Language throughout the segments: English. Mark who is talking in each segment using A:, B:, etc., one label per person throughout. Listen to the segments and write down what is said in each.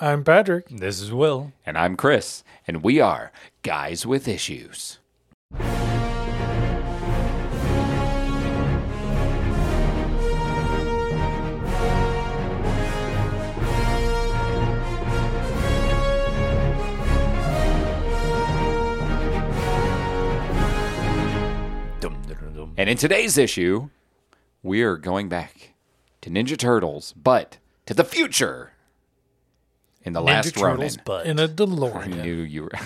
A: I'm Patrick.
B: This is Will.
C: And I'm Chris, and we are Guys with Issues.
B: Dum, dum, dum, dum.
C: And in today's issue, we are going back to Ninja Turtles, but to the future. In the last
B: Ninja Turtles,
C: Ronin.
B: but
A: In a
C: I
A: DeLorean.
C: knew you were.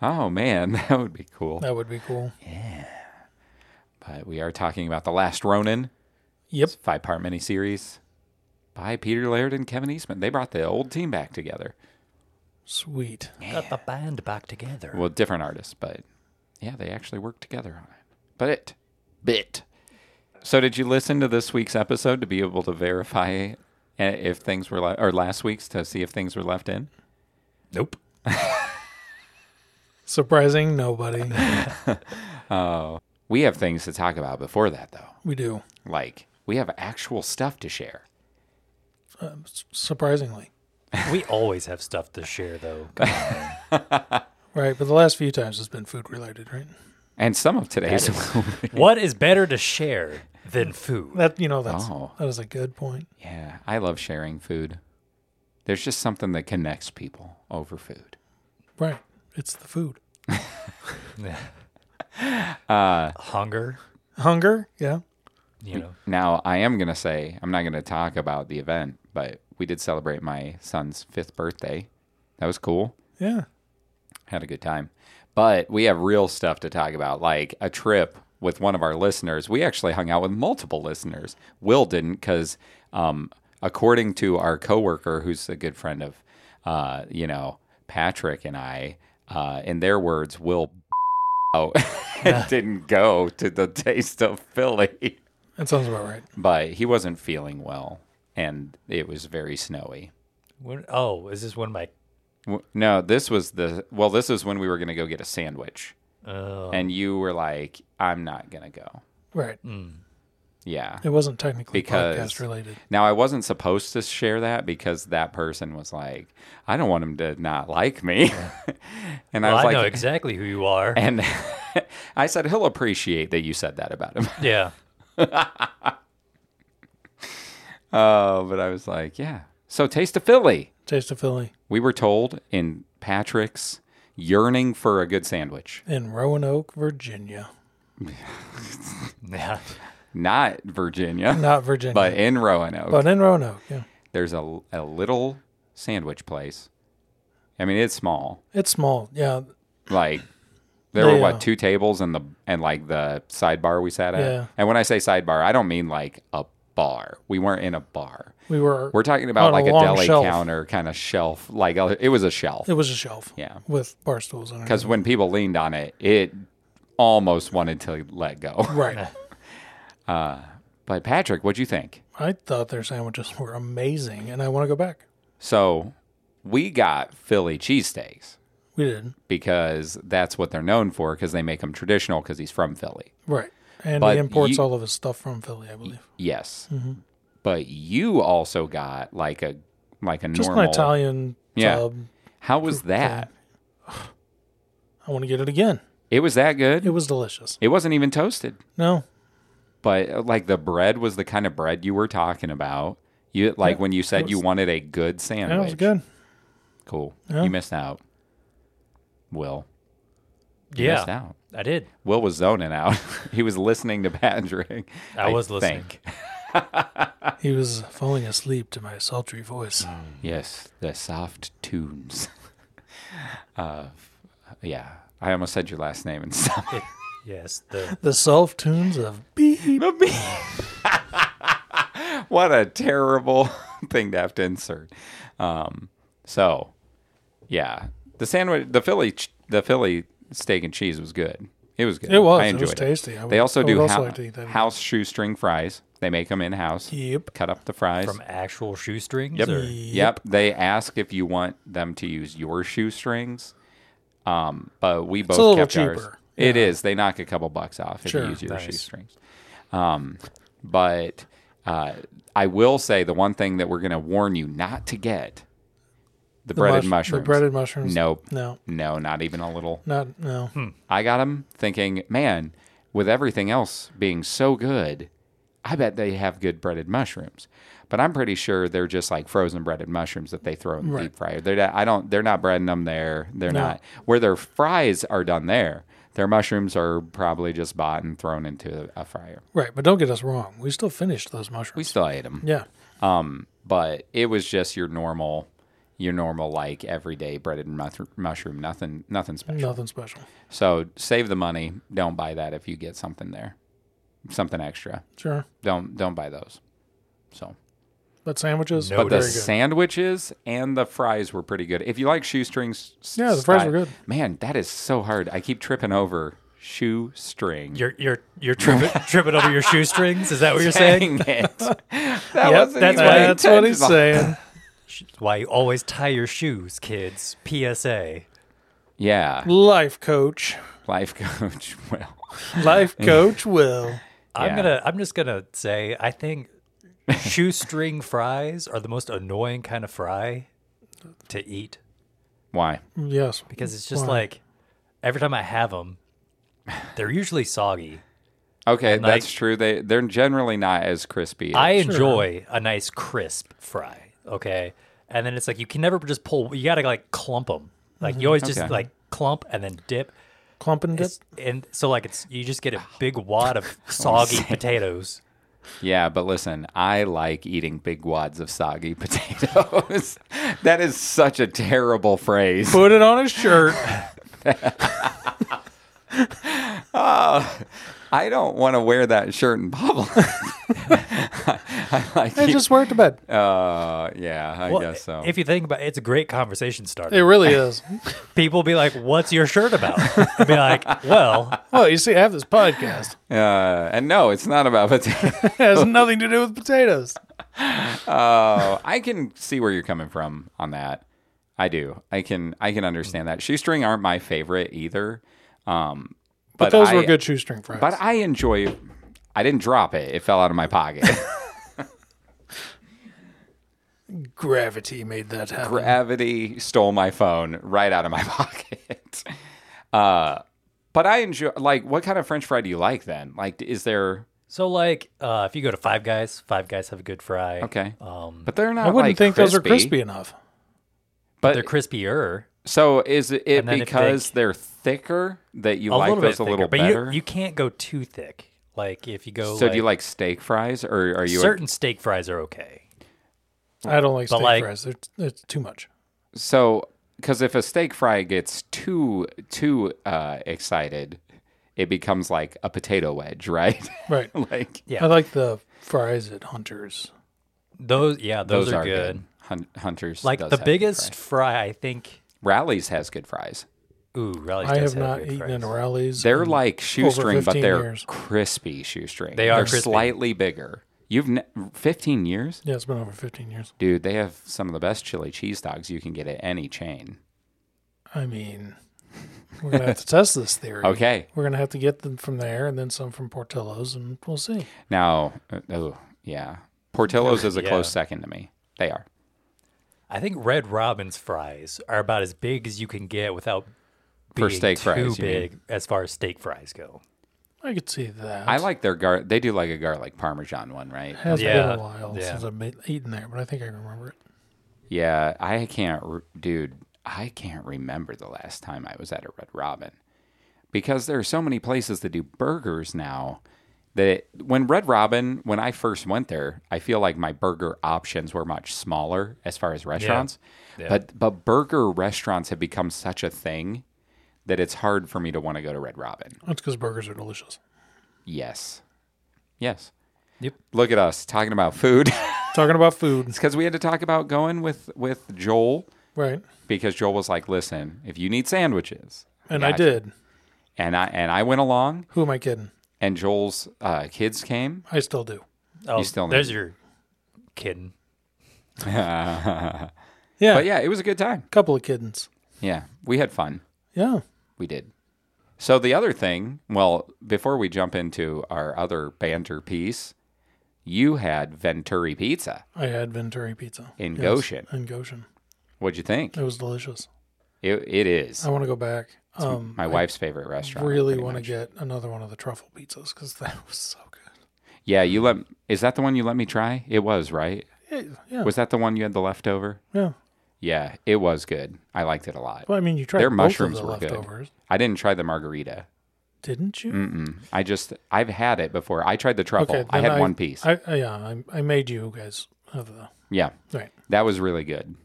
C: Oh man, that would be cool.
A: That would be cool.
C: But we are talking about the Last Ronin,
A: Yep.
C: five part miniseries by Peter Laird and Kevin Eastman. They brought the old team back together.
A: Sweet.
B: got the band back together.
C: Well, different artists, but yeah, they actually worked together on it. But it, bit. So, did you listen to this week's episode to be able to verify uh, if things were, le- or last week's to see if things were left in?
B: Nope.
A: Surprising nobody.
C: We have things to talk about before that, though.
A: We do.
C: Like, we have actual stuff to share.
A: S- Surprisingly.
B: we always have stuff to share, though.
A: Right. But the last few times it's been food related, right?
C: And some of today's.
B: what is better to share than food?
A: That, you know, that's,
C: Oh.
A: that is a good point.
C: yeah, I love sharing food. There's just something that connects people over food.
A: Right. It's the food.
B: Hunger,
A: Hunger. Yeah.
B: you know.
C: Now, I am going to say, I'm not going to talk about the event, but we did celebrate my son's fifth birthday. That was cool.
A: Yeah.
C: Had a good time. But we have real stuff to talk about, like a trip with one of our listeners. We actually hung out with multiple listeners. Will didn't, because um, according to our coworker, who's a good friend of, uh, you know, Patrick and I, uh, in their words, Will out and didn't go to the Taste of Philly
A: That sounds about right.
C: but he wasn't feeling well and it was very snowy.
B: When, oh, is this when my?
C: W- No, this was the well, this is when we were going to go get a sandwich
B: Uh,
C: and you were like, I'm not going to go.
A: Right.
B: Mm.
C: Yeah.
A: It wasn't technically
C: Because-
A: podcast related.
C: Now, I wasn't supposed to share that because that person was like, I don't want him to not like me. and I
B: well, I,
C: was like,
B: know exactly who you are.
C: and I said, he'll appreciate that you said that about him.
B: yeah.
C: Oh, but I was like, yeah. So, taste of Philly.
A: Taste of Philly
C: We were told in Patrick's yearning for a good sandwich.
A: in Roanoke, Virginia.
B: Yeah.
C: not Virginia,
A: Not Virginia.
C: but in Roanoke.
A: but in Roanoke. Yeah.
C: there's a, a little sandwich place. I mean, it's small.
A: It's small. Yeah.
C: Like there were
A: Yeah.
C: what two tables and the and like the sidebar we sat at.
A: Yeah.
C: And when I say sidebar, I don't mean like a bar. We weren't in a bar.
A: We were.
C: We're talking about
A: On a
C: like a,
A: long
C: deli
A: shelf.
C: counter kind of shelf. Like a, it was a shelf
A: It was a shelf.
C: Yeah.
A: With bar stools on it.
C: because when people leaned on it, it almost wanted to let go.
A: Right.
C: But Patrick, what'd you think?
A: I thought their sandwiches were amazing, and I want to go back.
C: So we got Philly cheesesteaks.
A: We did.
C: because that's what they're known for because they make them traditional because he's from Philly.
A: Right. And
C: But
A: he imports
C: you-
A: all of his stuff from Philly, I believe.
C: Yes.
A: Mm-hmm.
C: But you also got like a like a
A: Just
C: normal
A: an Italian
C: Yeah.
A: tub.
C: How was that?
A: I want to get it again.
C: It was that good.
A: It was delicious.
C: It wasn't even toasted.
A: No.
C: But uh, like the bread was the kind of bread you were talking about. You like when you said you wanted a good sandwich.
A: That was good.
C: Cool. You missed out. Will. You missed
B: Yeah.
C: out.
B: I did.
C: Will was zoning out. he was listening to Patrick.
B: I was listening.
C: think.
A: He was falling asleep to my sultry voice.
C: Yes, the soft tunes. uh, yeah, I almost said your last name and stuff.
B: It, yes. The
A: The self tunes of beep.
C: what a terrible thing to have to insert. Um, so, yeah, the sandwich, the Philly, ch- the Philly steak and cheese was good. It was good.
A: It was.
C: I
A: It was
C: enjoyed it.
A: tasty. I would-
C: they also
A: I would
C: do
A: also
C: hou-
A: like to eat that again.
C: house shoestring fries. They make them in house.
A: Yep.
C: Cut up the fries.
B: from actual shoestrings.
C: Yep.
B: Or,
C: Yep. They ask if you want them to use your shoestrings. Um, but we both
A: a little
C: kept ours.
A: cheaper.
C: It is. They knock a couple bucks off if
A: Sure.
C: you use your
B: Nice.
C: shoestrings. Um, but uh, I will say the one thing that we're going to warn you not to get the, breaded
A: mush-
C: mushrooms.
A: The breaded mushrooms.
C: Nope.
A: No.
C: No, not even a little.
A: Not no.
C: I got them thinking, man, with everything else being so good, I bet they have good breaded mushrooms. But I'm pretty sure they're just like frozen breaded mushrooms that they throw in the
A: Right.
C: deep fryer. They're not, I don't. They're not breading them there. They're
A: No.
C: not where their fries are done there. Their mushrooms are probably just bought and thrown into a fryer.
A: Right, but don't get us wrong. We still finished those
C: We
A: mushrooms.
C: still ate them.
A: yeah.
C: Um, but it was just your normal, your normal like everyday breaded mush- mushroom. Nothing, nothing special.
A: Nothing special.
C: So save the money. Don't buy that if you get something there, something extra.
A: Sure.
C: Don't don't buy those. So,
A: But sandwiches,
B: No
C: but
A: but
C: the
A: Oh, very
B: doubt.
A: good.
C: sandwiches and the fries were pretty good. If you like shoestrings, s-
A: Yeah, the fries
C: style-
A: were good.
C: Man, that is so hard. I keep tripping over shoestring.
B: You're you're you're tripping, tripping over your shoestrings. Is that what you're saying?
C: Dang it. that wasn't
B: that's
C: even
B: why-
A: That's what he's
C: intentional.
A: saying.
B: That's Why you always tie your shoes, kids? PSA.
C: Yeah,
A: Life coach.
C: life coach. Well,
A: Life coach will.
B: I'm
C: Yeah.
B: gonna. I'm just gonna say. I think shoestring fries are the most annoying kind of fry to eat
C: why?
A: Yes.
B: because it's just
A: Why?
B: like every time I have them, they're usually soggy.
C: Okay, that's
B: Like-
C: true. They they're generally not as crispy.
B: I
A: sure.
B: enjoy a nice crisp fry. Okay, and then it's like you can never just pull. You gotta like clump them. Like you always just
C: Mm-hmm. Okay.
B: like clump and then dip.
A: Clump and dip.
B: It's- and so like it's you just get a big wad of soggy potatoes.
C: Yeah, but listen, I like eating big wads of soggy potatoes. that is such a terrible phrase.
A: Put it on his shirt.
C: I don't want to wear that shirt in public. I, I like
A: and
C: you-
A: just wear it to bed.
C: uh, yeah, I
B: Well,
C: guess so.
B: If you think about it, it's a great conversation starter.
A: It really is.
B: People be like, "What's your shirt about?" And be like, "Well,
A: Well, Oh, you see, I have this podcast.
C: uh, and no, it's not about potatoes.
A: It has nothing to do with potatoes.
C: uh, I can see where you're coming from on that. I do. I can. I can understand that. Shoestring aren't my favorite either. Um, but,
A: But, those
C: I-
A: were good shoestring fries.
C: But I enjoy. I didn't drop it. It fell out of my pocket.
A: Gravity made that happen.
C: gravity stole my phone right out of my pocket. Uh, but I enjoy like what kind of French fry do you like then? Like, is there
B: so like uh, if you go to Five Guys, Five Guys have a good fry.
C: okay?
B: Um,
C: but they're not.
A: I wouldn't
C: like,
A: think those are crispy enough.
C: But
B: they're crispier,
C: so is it
B: And then if
C: because
B: they-
C: they, are thicker that you
B: a
C: like
B: little
C: those a
B: bit thicker,
C: little
B: but
C: better?
B: you, you can't go too thick. Like if you go,
C: so
B: like,
C: do you like steak fries or are you a-
B: certain steak fries are okay.
A: I don't like steak
B: like-
A: fries. They're, it's too much.
C: so? Because if a steak fry gets too too uh, excited, it becomes like a potato wedge, right?
A: Right.
C: like
B: Yeah.
A: I like the fries at Hunter's.
B: Those, yeah, those, are, good.
C: Hun- Hunters
B: Like
C: does
B: the
C: have good
B: biggest
C: fry.
B: fry, I think.
C: Rallies has good fries.
B: Ooh, Rally's
A: I
B: does
A: have not
B: good
A: eaten
B: fries.
A: in Rallies.
C: They're
B: Mm-hmm.
A: in-
C: like shoestring, but
A: 15
C: they're
A: years.
C: crispy shoestring.
B: They are
C: They're
B: crispy.
C: slightly bigger. You've ne- 15 years,
A: yeah, it's been over 15 years.
C: dude. They have some of the best chili cheese dogs you can get at any chain.
A: I mean, we're gonna have to test this theory.
C: Okay,
A: We're gonna have to get them from there, and then some from Portillo's, and we'll see.
C: now, uh, oh yeah, Portillo's is a
B: Yeah.
C: close second to me. They are.
B: I think Red Robin's fries are about as big as you can get without
C: For
B: being
C: steak
B: too
C: fries, you mean.
B: big as far as steak fries go.
A: I could see that.
C: I like their gar. They do like a garlic parmesan one, right?
A: Has
B: Yeah,
A: been a while
B: yeah.
A: since I've made, eaten there, but I think I remember it.
C: Yeah, I can't, re- dude. I can't remember the last time I was at a Red Robin because there are so many places that do burgers now. That when Red Robin, when I first went there, I feel like my burger options were much smaller as far as restaurants.
B: Yeah.
C: But but burger restaurants have become such a thing that it's hard for me to want to go to Red Robin.
A: That's because burgers are delicious.
C: Yes, yes.
B: Yep.
C: Look at us talking about food. it's
A: Talking about food,
C: because we had to talk about going with with Joel
A: right?
C: because Joel was like, "Listen, if you need sandwiches,"
A: And I
C: Gotcha.
A: did.
C: and I and I went along,
A: Who am I kidding?
C: and Joel's uh, kids came.
A: I still do.
B: Oh,
C: still need-
B: there's your kidding.
A: Yeah,
C: But yeah, it was a good time.
A: couple of kiddings.
C: Yeah, we had fun.
A: Yeah,
C: We did. So the other thing, well, before we jump into our other banter piece, you had Venturi Pizza
A: I had Venturi pizza
C: in
A: Yes,
C: Goshen.
A: In Goshen,
C: What'd you think?
A: It was delicious.
C: It, it is.
A: I want to go back. Um,
C: my
A: I
C: wife's favorite restaurant.
A: really
C: pretty
A: want to
C: much.
A: get another one of the truffle pizzas because that was so good.
C: Yeah, you let. Is that the one you let me try? It was right.
A: Yeah, yeah,
C: Was that the one you had the leftover?
A: yeah.
C: Yeah, it was good. I liked it a lot.
A: Well, I mean, you tried
C: Their
A: both
C: mushrooms
A: of the
C: were good.
A: leftovers,
C: I didn't try the margarita.
A: didn't you?
C: Mm-mm. I just I've had it before. I tried the truffle. I
A: then
C: had one piece.
A: I, I- yeah, I, I made you guys have the
C: yeah,
A: right.
C: that was really good.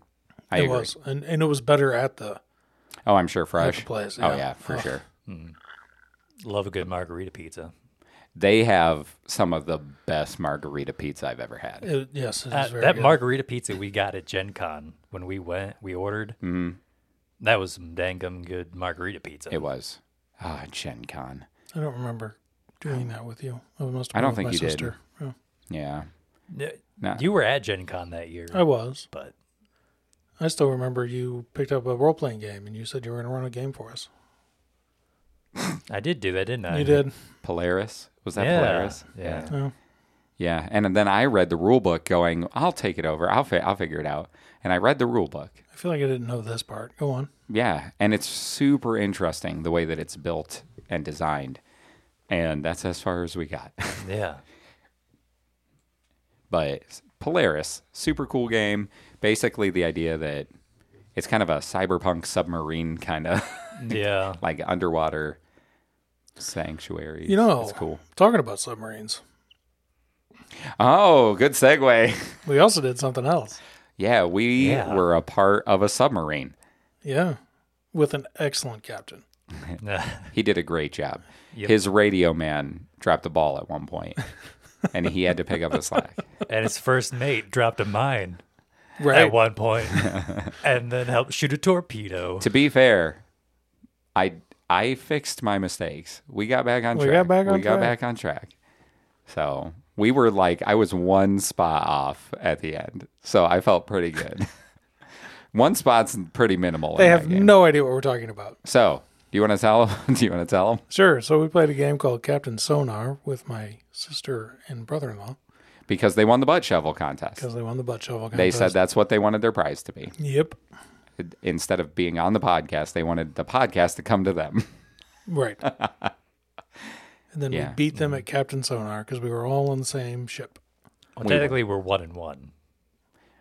C: I
A: it
C: agree.
A: was, and and it was better at the
C: Oh, I'm sure fresh.
A: place,
C: Oh
A: yeah.
C: yeah, for
A: Oh.
C: sure.
B: Love a good margarita pizza.
C: They have some of the best margarita pizza I've ever had.
A: it, yes. It was
B: Uh,
A: very
B: that
A: good.
B: margarita pizza we got at Gen Con when we went, we ordered. Mm-hmm. That was some dangum good margarita pizza.
C: It was. Ah, Gen Con.
A: I don't remember doing that with you. I must. Have
C: I
A: been
C: don't
A: with
C: think
A: my
C: you did.
A: sister. did.
C: Yeah.
B: N-
C: Nah.
B: You were at Gen Con that year,
A: I was.
B: but
A: I still remember you picked up a role playing game and you said you were going to run a game for us.
B: I did do that, didn't I?
A: You did.
C: Polaris. Was that
B: Yeah.
C: Polaris?
B: Yeah.
A: Yeah.
C: Yeah, and then I read the rule book, going, "I'll take it over. I'll fi- I'll figure it out." And I read the rule book.
A: I feel like I didn't know this part. Go on.
C: Yeah, and it's super interesting the way that it's built and designed. And that's as far as we got.
B: Yeah.
C: but Polaris, super cool game. Basically, the idea that it's kind of a cyberpunk submarine kind of
B: Yeah.
C: like underwater sanctuary.
A: You know,
C: it's cool.
A: Talking about submarines,
C: Oh, good segue.
A: we also did something else.
C: Yeah, we
B: Yeah.
C: were a part of a submarine.
A: Yeah, with an excellent captain.
C: He did a great job.
B: Yep.
C: His radio man dropped the ball at one point, and he had to pick up the slack.
B: and his first mate dropped a mine
A: Right.
B: at one point and then helped shoot a torpedo.
C: to be fair, I I fixed my mistakes. We got back on
A: We
C: track.
A: got back on
C: we got
A: track.
C: back on track. So we were like I was one spot off at the end. So I felt pretty good. one spot's pretty minimal.
A: They
C: in
A: have
C: that game.
A: no idea what we're talking about.
C: So do you want to tell? Do you want to tell them?
A: Sure. So we played a game called Captain Sonar with my sister and brother-in-law
C: Because they won the butt shovel contest.
A: because they won the butt shovel contest.
C: They said that's what they wanted their prize to be.
A: Yep.
C: Instead of being on the podcast, they wanted the podcast to come to them.
A: Right. and then
C: Yeah.
A: we beat them at Captain Sonar because we were all on the same ship.
B: Well, technically, we're one and one.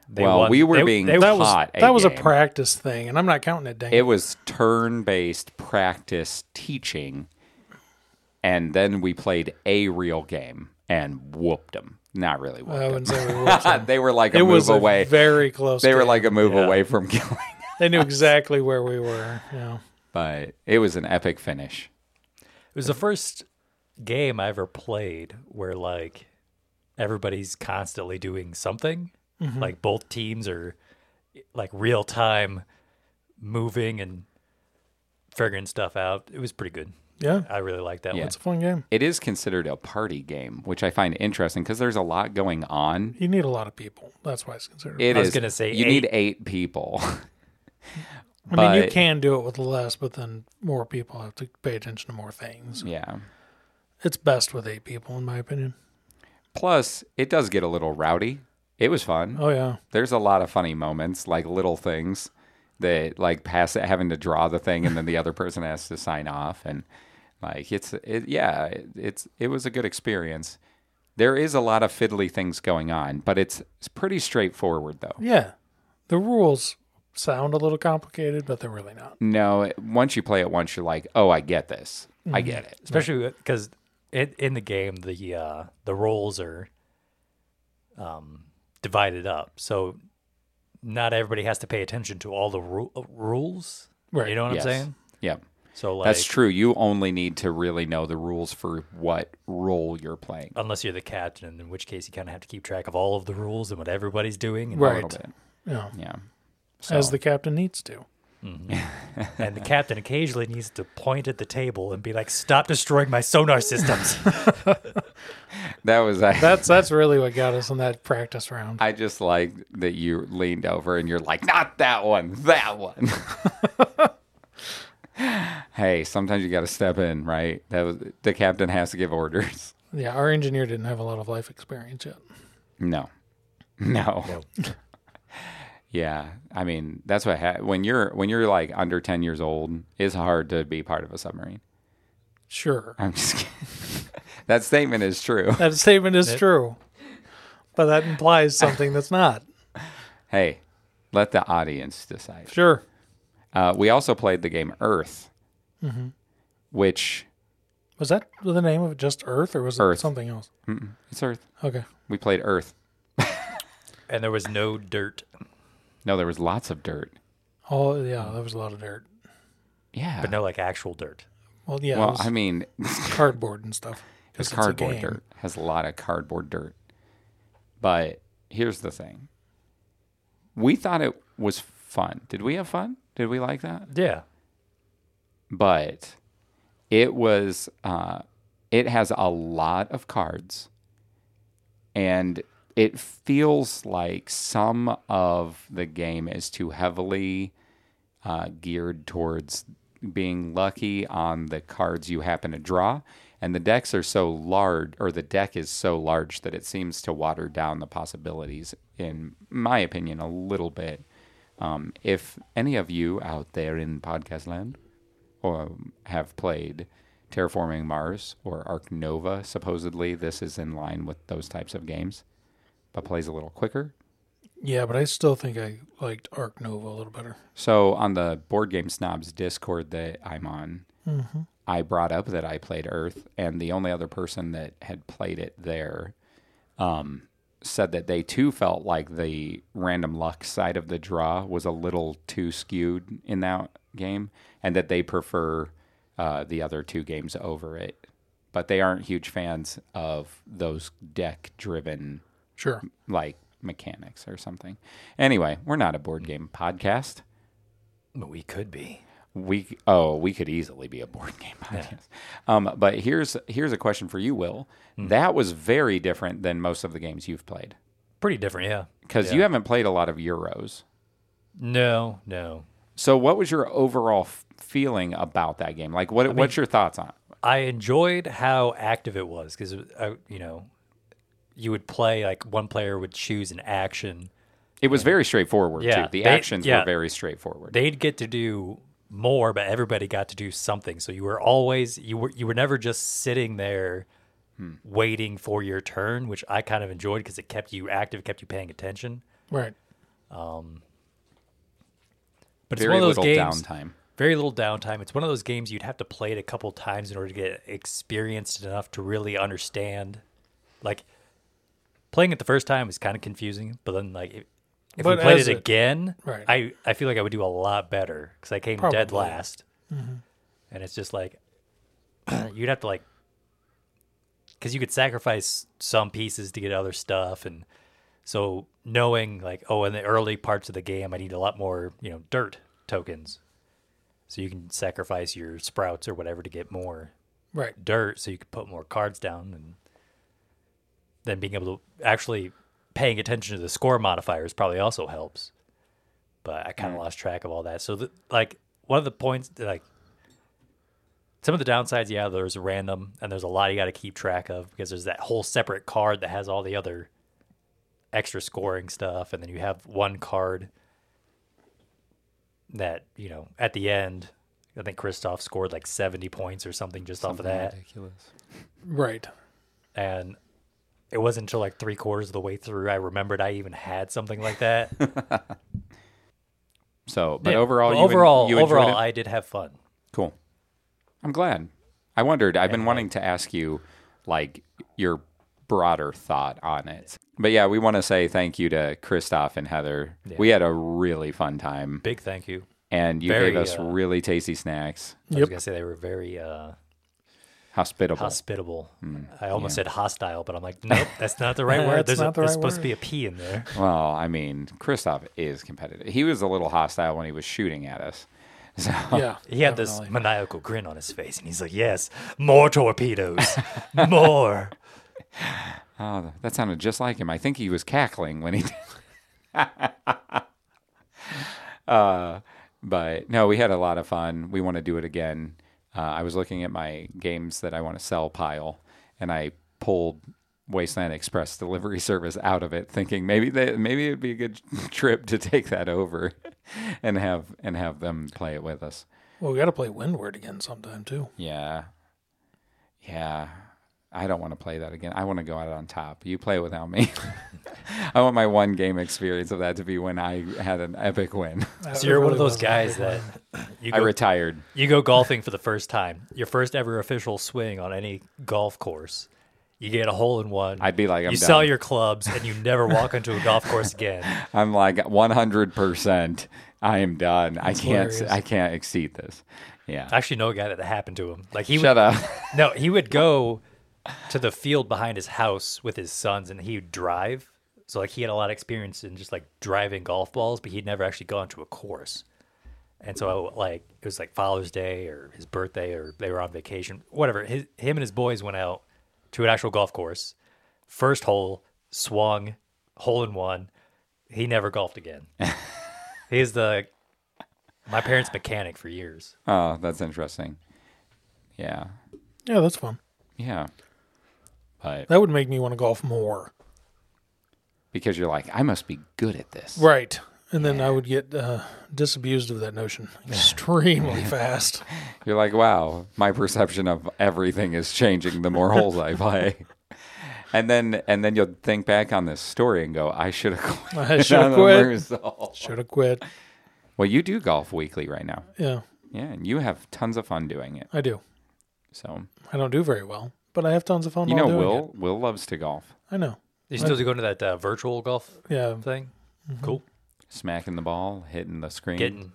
B: They
C: well,
B: won-
C: we were
B: they-
C: being
B: they-
A: That was
C: taught a
A: that was
C: game.
A: a practice thing, and I'm not counting it. Dang.
C: It was turn based practice teaching. And then we played a real game and whooped them. Not really
A: I
C: whooped
A: wouldn't say we were.
C: them. they were like a
A: It
C: move
A: was a
C: away.
A: very close.
C: they were
A: game.
C: like a move
B: Yeah.
C: away from killing.
A: they knew exactly where we were. Yeah.
C: But it was an epic finish.
B: It was the first game I ever played where like everybody's constantly doing something.
C: Mm-hmm.
B: Like both teams are like real time moving and figuring stuff out. It was pretty good.
A: Yeah.
B: I really liked that
C: Yeah.
B: one.
A: It's a fun game.
C: It is considered a party game, which I find interesting because there's a lot going on.
A: You need a lot of people. That's why it's considered.
C: It
B: I was
C: is-
B: gonna say
C: you
B: eight.
C: need eight people.
A: I mean, you
C: but-
A: can do it with less, but then more people have to pay attention to more things.
C: yeah.
A: It's best with eight people, in my opinion.
C: Plus, it does get a little rowdy. It was fun.
A: Oh yeah,
C: there's a lot of funny moments, like little things that like pass it having to draw the thing and then the other person has to sign off and like it's it, yeah it, it's it was a good experience there is a lot of fiddly things going on but it's, it's pretty straightforward though
A: yeah. The rules sound a little complicated, but they're really not.
C: no it- once you play it once you're like oh i get this i
B: Mm-hmm.
C: get it
B: especially because in, in the game the uh, the roles are um, divided up, so not everybody has to pay attention to all the ru- uh, rules.
A: Right.
B: You know what
C: Yes.
B: I'm saying?
C: yeah
B: So like,
C: that's true you only need to really know the rules for what role you're playing
B: unless you're the captain, in which case you kind of have to keep track of all of the rules and what everybody's doing. And,
C: a
A: Right.
C: little bit
A: Yeah.
C: yeah
A: As the captain needs to.
B: and the captain occasionally needs to point at the table and be like, "Stop destroying my sonar systems."
C: that was a,
A: That's that's really what got us in that practice round.
C: I just like that you leaned over and you're like, not that one, that one. hey, sometimes you got to step in, right? That was the captain has to give orders.
A: Yeah, our engineer didn't have a lot of life experience yet.
C: No, no.
B: Nope.
C: Yeah, I mean that's what ha- when you're when you're like under ten years old, it's hard to be part of a submarine.
A: Sure.
C: I'm just kidding. that statement is true.
A: That statement is true. But that implies something that's not.
C: Hey, let the audience decide.
A: Sure.
C: Uh, we also played the game Earth, which
A: Was that the name of it just Earth or was it
C: Earth.
A: something else?
C: it's Earth.
A: Okay.
C: We played Earth.
B: And there was no dirt,
C: No, there was lots of dirt.
A: Oh yeah, that was a lot of dirt.
C: Yeah.
B: but no like actual dirt.
A: Well, yeah, it
C: well,
A: was
C: I mean,
A: cardboard and stuff.
C: It's
A: 'Cause a
C: cardboard
A: game.
C: dirt. Has a lot of cardboard dirt. But here's the thing. We thought it was fun. Did we have fun? Did we like that?
B: Yeah.
C: But it was uh it has a lot of cards and it feels like some of the game is too heavily uh, geared towards being lucky on the cards you happen to draw. And the decks are so large, or the deck is so large that it seems to water down the possibilities, in my opinion, a little bit. Um, if any of you out there in podcast land or um, have played Terraforming Mars or Arc Nova, supposedly this is in line with those types of games, but plays a little quicker.
A: Yeah, but I still think I liked Arc Nova a little better.
C: So on the board game snobs Discord that I'm on, I brought up that I played Earth, and the only other person that had played it there um, said that they too felt like the random luck side of the draw was a little too skewed in that game, and that they prefer uh, the other two games over it. But they aren't huge fans of those deck-driven
A: Sure.
C: like mechanics or something. Anyway, we're not a board game podcast
B: But we could be.
C: we oh we could easily be a board game podcast. Um, but here's here's a question for you, Will.
B: Hmm.
C: That was very different than most of the games you've played
B: Pretty different, yeah.
C: because you haven't played a lot of Euros.
B: No, no.
C: So what was your overall f- feeling about that game? Like what what's your thoughts on? it?
B: I enjoyed how active it was because, you know, you would play like one player would choose an action.
C: It was very straightforward
B: Yeah,
C: too. The
B: they-
C: actions
B: yeah.
C: were very straightforward.
B: They'd get to do more, but everybody got to do something. So you were always you were you were never just sitting there waiting for your turn, which I kind of enjoyed because it kept you active, kept you paying attention.
A: Right.
B: But it's
C: very
B: one of those
C: little
B: games.
C: downtime.
B: Very little downtime. It's one of those games you'd have to play it a couple times in order to get experienced enough to really understand. Like playing it the first time is kind of confusing, but then like if, if we
A: But
B: played
A: as
B: it
A: it-
B: again,
A: right.
B: I I feel like I would do a lot better because I came dead
A: Probably.
B: last, and it's just like you'd have to like because you could sacrifice some pieces to get other stuff and. So knowing like, oh, in the early parts of the game, I need a lot more, you know, dirt tokens. So you can sacrifice your sprouts or whatever to get more
A: Right.
B: dirt, so you can put more cards down, and then being able to actually paying attention to the score modifiers probably also helps. But I kind of lost track of all that. So the, like one of the points, like some of the downsides, yeah, there's random, and there's a lot you got to keep track of because there's that whole separate card that has all the other extra scoring stuff, and then you have one card that you know at the end. I think Kristoff scored like 70 points or something just off of that
C: ridiculous.
A: Right.
B: and it wasn't until like three quarters of the way through I remembered I even had something like that.
C: So, but
B: Yeah.
C: overall,
B: But
C: you en-
B: overall,
C: you enjoyed
B: overall,
C: it?
B: I did have fun.
C: Cool. I'm glad. I wondered. I've been wanting to ask you, like, your broader thought on it. But yeah, we want to say thank you to Christoph and Heather. We had a really fun time,
B: Big thank you.
C: and you
B: Very,
C: gave us
B: uh,
C: really tasty snacks.
B: I was
A: Yep.
B: gonna say they were very uh,
C: Hospitable.
B: hospitable.
C: Hmm.
B: I almost said hostile, but I'm like, nope, that's not the right word.
A: That's
B: There's, a,
A: not the
B: there's
A: right
B: supposed to
A: word.
B: be a P in there.
C: well, I mean, Christoph is competitive. He was a little hostile when he was shooting at us. So
A: Yeah.
B: He had this maniacal grin on his face, and he's like, "Yes, more torpedoes, more."
C: Oh, that sounded just like him. I think he was cackling when he did. uh, but no, we had a lot of fun. We want to do it again. Uh, I was looking at my games that I want to sell pile, and I pulled Wasteland Express delivery service out of it, thinking maybe they, maybe it'd be a good trip to take that over and have and have them play it with us.
A: Well, we got to play Windward again sometime too.
C: Yeah, yeah. I don't want to play that again. I want to go out on top. You play without me. I want my one game experience of that to be when I had an epic win.
B: So you're one of those guys that you
C: I
B: go,
C: retired.
B: you go golfing for the first time, your first ever official swing on any golf course. You get a hole in one.
C: I'd be like, I'm
B: you sell
C: done.
B: your clubs and you never walk onto a golf course again.
C: I'm like 100%. I am done. I can't
A: hilarious.
C: I can't exceed this. Yeah.
B: I actually know a guy that that happened to him. Like he would
C: Shut up.
B: No, he would go to the field behind his house with his sons and he would drive. So like he had a lot of experience in just like driving golf balls, but he'd never actually gone to a course. And so like it was like Father's Day or his birthday or they were on vacation, whatever. His, him and his boys went out to an actual golf course. First hole, swung, hole in one. He never golfed again. He's the my parents' mechanic for years.
C: Oh, that's interesting. Yeah.
A: Yeah, that's fun.
C: Yeah. But
A: That would make me want to golf more.
C: because you're like, I must be good at this.
A: Right. And then I would get uh, disabused of that notion extremely fast.
C: You're like, wow, my perception of everything is changing the more holes I play. And then and then you'll think back on this story and go, I should have quit.
A: I should have
C: on the
A: quit.
C: result.
A: Should have quit.
C: Well, you do golf weekly right now.
A: Yeah,
C: Yeah, and you have tons of fun doing it.
A: I do.
C: So
A: I don't do very well, but I have tons of fun.
C: you
A: while
C: know,
A: doing
C: Will
A: it.
C: Will loves to golf.
A: I know.
B: You still go into that uh, virtual golf
A: Yeah,
B: thing? Cool.
C: smacking the ball, hitting the screen.
B: Getting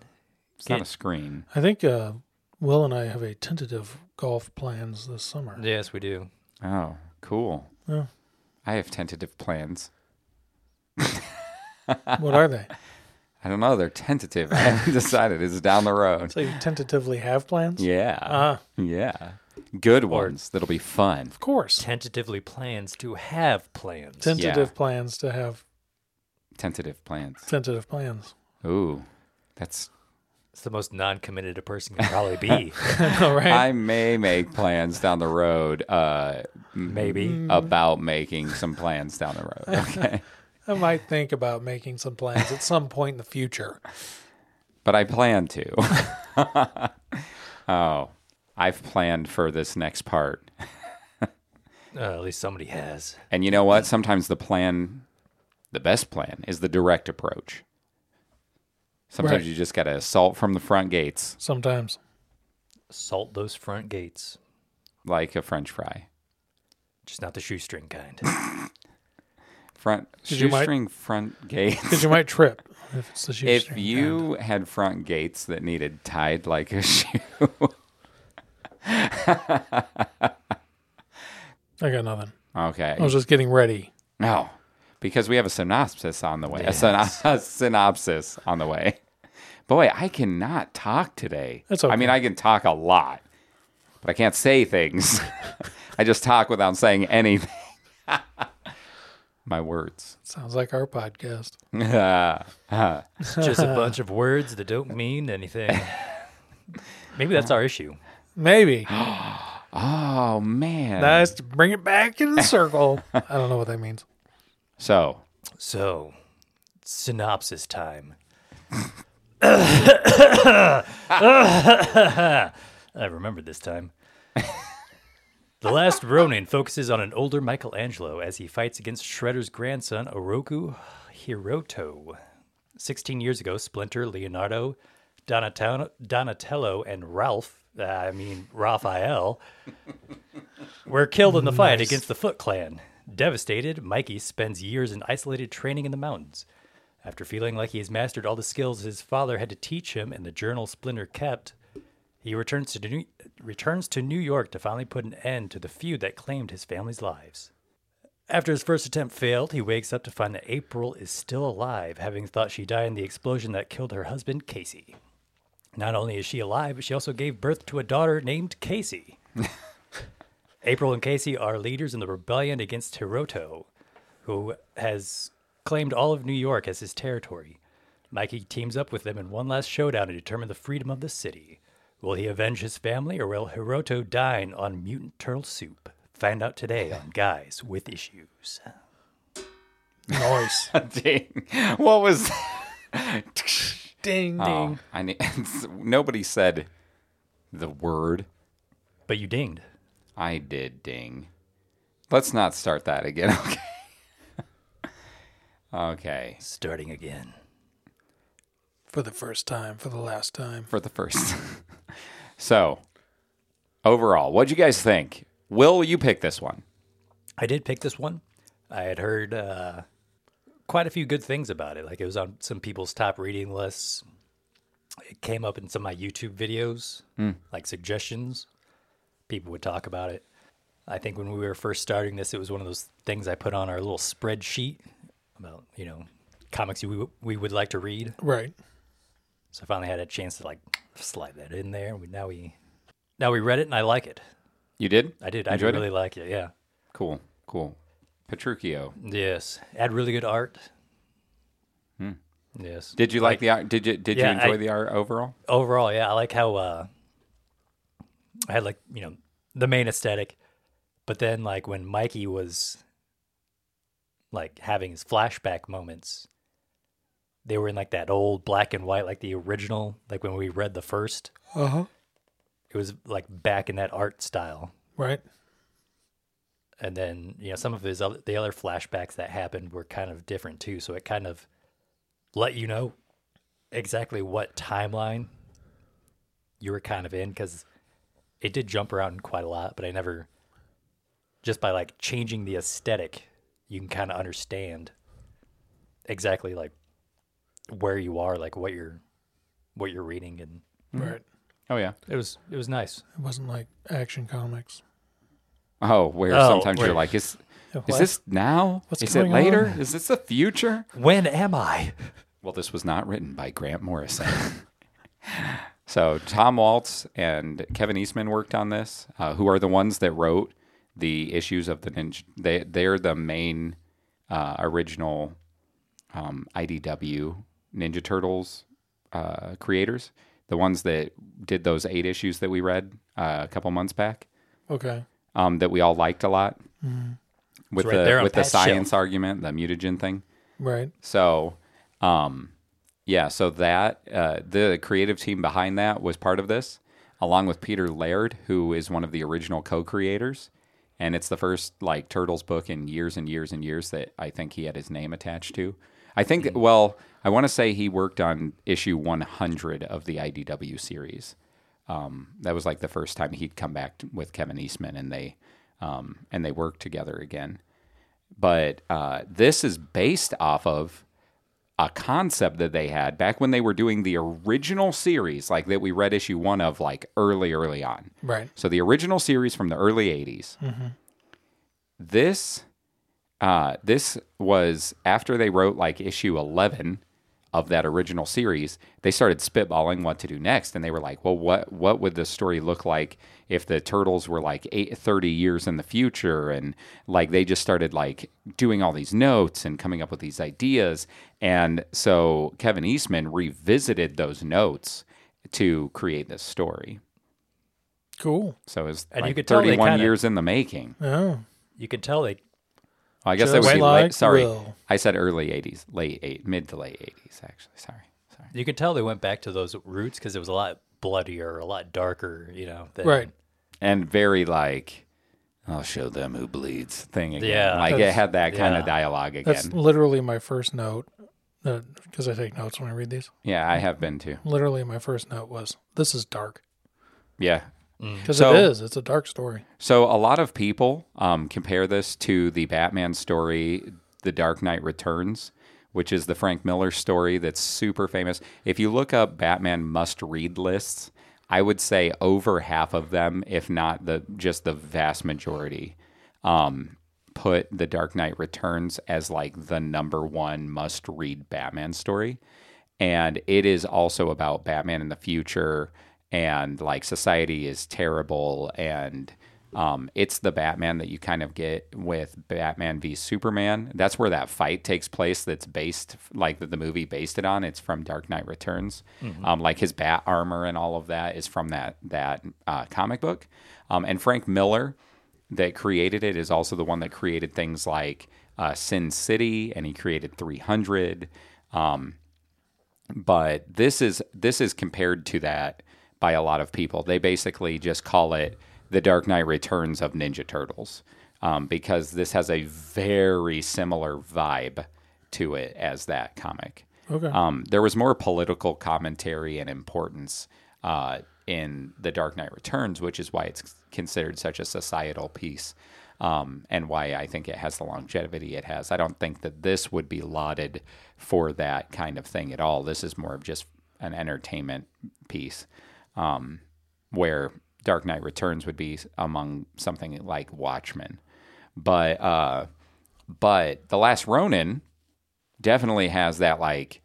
C: it's not a screen.
A: I think uh, Will and I have a tentative golf plans this summer.
B: yes, we do.
C: Oh, cool.
A: Yeah.
C: I have tentative plans.
A: What are they?
C: I don't know. They're tentative. I haven't decided. It's down the road.
A: So you tentatively have plans?
C: Yeah.
A: Ah.
C: yeah. Good ones. That'll be fun.
A: Of course.
B: Tentatively plans to have plans.
A: Tentative plans to have
C: Tentative plans.
A: tentative plans.
C: Ooh, that's.
B: it's the most non-committed a person can probably be.
A: All right.
C: I may make plans down the road. Uh,
B: Maybe.
C: Mm-hmm.
A: Mm-hmm.
C: about making some plans down the road. Okay.
A: I might think about making some plans at some point in the future.
C: but I plan to. oh, I've planned for this next part.
B: Uh, at least somebody has.
C: And you know what? Sometimes the plan, the best plan, is the direct approach. Sometimes
A: Right.
C: you just got to assault from the front gates
A: Sometimes.
B: Salt those front gates,
C: like a French fry.
B: just not the shoestring kind.
C: Front
A: 'Cause you might-
C: shoestring front gates.
A: Because you might trip if it's the shoe.
C: If you had front gates that needed tied like a shoe,
A: I got nothing.
C: okay.
A: I was just getting ready.
C: No, because we have a synopsis on the way. A, syno- a synopsis on the way. Boy, I cannot talk today.
A: That's
C: I mean,
A: okay.
C: I can talk a lot, but I can't say things. I just talk without saying anything. My words. Oh,
A: Sounds like our podcast.
B: It's just a bunch of words that don't mean anything. Maybe that's our issue.
A: Maybe.
C: oh man.
A: nice to bring it back in the circle. I don't know what that means.
C: so
B: So, synopsis time. I remembered this time. the Last Ronin focuses on an older Michelangelo as he fights against Shredder's grandson, Oroku Hiroto. 16 years ago, Splinter, Leonardo, Donatello, Donatello and Ralph, uh, I mean, Raphael, were killed in the fight against the Foot Clan. Devastated, Mikey spends years in isolated training in the mountains. After feeling like he has mastered all the skills his father had to teach him and the journal Splinter kept, he returns to New, returns to New York to finally put an end to the feud that claimed his family's lives. After his first attempt failed, he wakes up to find that April is still alive, having thought she died in the explosion that killed her husband, Casey. Not only is she alive, but she also gave birth to a daughter named Casey. April and Casey are leaders in the rebellion against Hiroto, who has claimed all of New York as his territory. Mikey teams up with them in one last showdown to determine the freedom of the city. Will he avenge his family, or will Hiroto dine on mutant turtle soup Find out today on Guys with Issues.
A: Noise.
C: Ding. What was
A: ding, ding.
C: Oh, I need, nobody said the word.
B: But you dinged.
C: I did ding. Let's not start that again, okay? okay.
B: Starting again.
A: For the first time, for the last time.
C: For the first. so, overall, what'd you guys think? Will you pick this one?
B: I did pick this one. I had heard uh, quite a few good things about it. Like it was on some people's top reading lists. It came up in some of my YouTube videos,
C: Hmm.
B: like suggestions. People would talk about it. I think when we were first starting this, it was one of those things I put on our little spreadsheet about you know comics we w- we would like to read.
A: Right.
B: So I finally had a chance to like slide that in there. We, now we now we read it and I like it.
C: You did?
B: I did. I
C: Enjoyed
B: really
C: it?
B: like it. Yeah.
C: Cool. Cool. Petruchio.
B: Yes, had really good art. Yes.
C: Did you like, the art? Did you did
B: Yeah,
C: you enjoy
B: I-
C: the art overall?
B: overall? Yeah, I like how uh, I had like you know the main aesthetic, but then like when Mikey was like having his flashback moments, they were in like that old black and white, like the original, like when we read the first.
A: Uh huh.
B: It was like back in that art style.
A: Right.
B: and then you know some of his other, the other flashbacks that happened were kind of different too so it kind of let you know exactly what timeline you were kind of in because it did jump around quite a lot but i never just by like changing the aesthetic you can kind of understand exactly like where you are like what you're what you're reading and
A: Right.
C: Oh yeah.
B: it was it was nice
A: It wasn't like action comics.
C: Oh, where
B: Oh, Uh,
C: sometimes
B: wait.
C: you're like, is is
A: What?
C: this now?
A: What's
C: is it
A: going
C: later?
A: on?
C: Is this the future?
B: when am i
C: Well, this was not written by Grant Morrison. so Tom Waltz and Kevin Eastman worked on this, uh, who are the ones that wrote the issues of the Ninja. They they're the main uh, original um, IDW Ninja Turtles uh, creators, the ones that did those eight issues that we read uh, a couple months back
A: Okay.
C: um, that we all liked a lot with
B: It's right there
C: the
B: on
C: with the
B: Pat's shelf.
C: science argument, the mutagen thing.
A: Right.
C: So, um, yeah, so that uh, the creative team behind that was part of this, along with Peter Laird, who is one of the original co-creators, and it's the first like Turtles book in years and years and years that I think he had his name attached to. I think well, I want to say he worked on issue 100 of the IDW series. Um, that was like the first time he'd come back t- with Kevin Eastman, and they um, and they worked together again but uh, this is based off of a concept that they had back when they were doing the original series, like that we read issue one of, like early, early on.
A: Right.
C: So the original series from the early '80s. This, uh, this was after they wrote like issue 11 of that original series. They started spitballing what to do next, and they were like, "Well, what what would the story look like if the turtles were like eight, 30 years in the future?" And like they just started like doing all these notes and coming up with these ideas. And so Kevin Eastman revisited those notes to create this story.
A: Cool.
C: So it's
B: And you
C: like
B: could tell they
C: 31
B: kinda-
C: years in the making.
A: Oh.
B: you can tell they
C: Well, I guess that
A: Just
C: would be
A: like
C: late. Sorry,
A: Will.
C: I said early 80s, late eight, mid to late 80s. Actually, sorry, sorry.
B: You can tell they went back to those roots because it was a lot bloodier, a lot darker, you know. Than,
A: Right.
C: And very like, I'll show them who bleeds thing again.
B: Yeah.
C: like it
A: That's-
C: had that kind
B: yeah.
C: of dialogue again.
A: That's literally my first note. Because I take notes when I read these.
C: yeah, I have been too.
A: Literally, my first note was, "This is dark,"
C: Yeah.
A: because
C: So-
A: it is. It's a dark story.
C: So a lot of people um, compare this to the Batman story, The Dark Knight Returns, which is the Frank Miller story that's super famous. If you look up Batman must-read lists, I would say over half of them, if not the just the vast majority, um, put The Dark Knight Returns as like the number one must-read Batman story and it is also about Batman in the future and like society is terrible and um, it's the Batman that you kind of get with Batman v Superman. That's where that fight takes place. That's based like that the movie based it on. It's from Dark Knight Returns. Um, like his bat armor and all of that is from that that uh, comic book. Um, and Frank Miller that created it is also the one that created things like uh, Sin City, and he created 300. Um, but this is this is compared to that by a lot of people. They basically just call it the Dark Knight Returns of Ninja Turtles um, because this has a very similar vibe to it as that comic.
A: Okay.
C: Um, there was more political commentary and importance uh, in The Dark Knight Returns, which is why it's considered such a societal piece um, and why I think it has the longevity it has. I don't think that this would be lauded for that kind of thing at all. This is more of just an entertainment piece um, where Dark Knight Returns would be among something like Watchmen. But uh, but The Last Ronin definitely has that like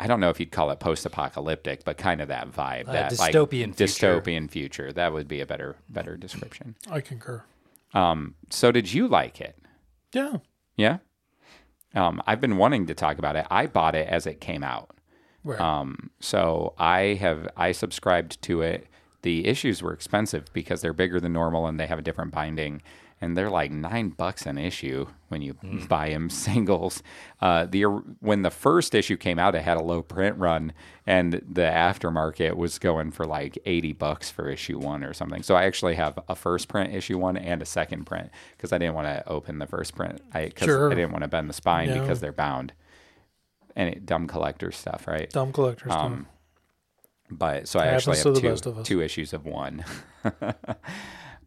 C: I don't know if you'd call it post-apocalyptic, but kind of that vibe, that like,
B: dystopian future.
C: dystopian future. That would be a better better description.
A: I concur.
C: Um, so did you like it?
A: Yeah.
C: Yeah. Um, I've been wanting to talk about it. I bought it as it came out.
A: Right.
C: Um, so I have I subscribed to it. The issues were expensive because they're bigger than normal and they have a different binding, and they're like nine bucks an issue when you
A: Hmm.
C: buy them singles. Uh, the or- when the first issue came out, it had a low print run, and the aftermarket was going for like eighty bucks for issue one or something. So I actually have a first print issue one and a second print because I didn't want to open the first print. I, 'cause
A: Sure.
C: I didn't want to bend the spine
A: No.
C: because they're bound. And it, dumb collector stuff, right?
A: Dumb collectors. Um,
C: but so I
A: Happens
C: actually
A: to
C: have
A: the
C: two,
A: best of us.
C: two issues of one.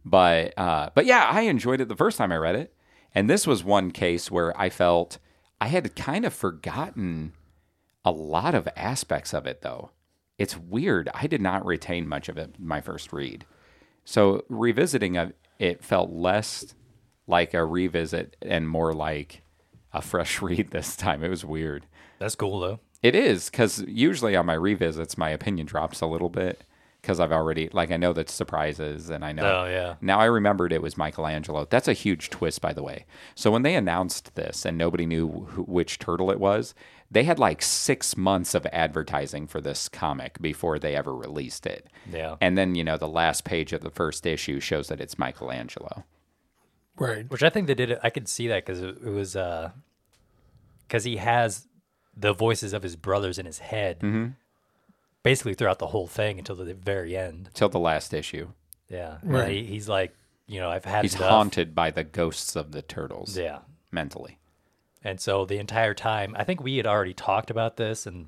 C: but uh, but yeah, I enjoyed it the first time I read it, and this was one case where I felt I had kind of forgotten a lot of aspects of it though. It's weird. I did not retain much of it my first read. So revisiting of it felt less like a revisit and more like a fresh read this time. It was weird.
B: That's cool though.
C: It is because usually on my revisits, my opinion drops a little bit because I've already like I know that surprises and I know.
B: Oh, yeah.
C: Now I remembered it was Michelangelo. That's a huge twist, by the way. So when they announced this and nobody knew who, which turtle it was, they had like six months of advertising for this comic before they ever released it.
B: Yeah.
C: And then you know the last page of the first issue shows that it's Michelangelo.
A: right.
B: Which I think they did it. I could see that because it, it was because he has the voices of his brothers in his head,
C: Mm-hmm.
B: basically throughout the whole thing until the very end.
C: Till the last issue,
B: Yeah, And
A: Right.
B: He, he's like, you know, I've had
C: he's
B: enough.
C: haunted by the ghosts of the turtles.
B: Yeah,
C: mentally.
B: and so the entire time, I think we had already talked about this, and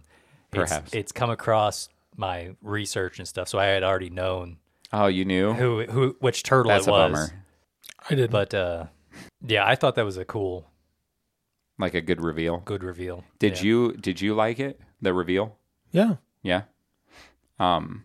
B: it's,
C: Perhaps.
B: it's come across my research and stuff. So I had already known
C: Oh, you knew.
B: who who which turtle
C: That's
B: it
C: a
B: was.
C: bummer.
A: I did.
B: But uh, yeah, I thought that was a cool,
C: like a good reveal.
B: good reveal.
C: Did
B: Yeah.
C: you did you like it? The reveal?
A: yeah.
C: Yeah. Um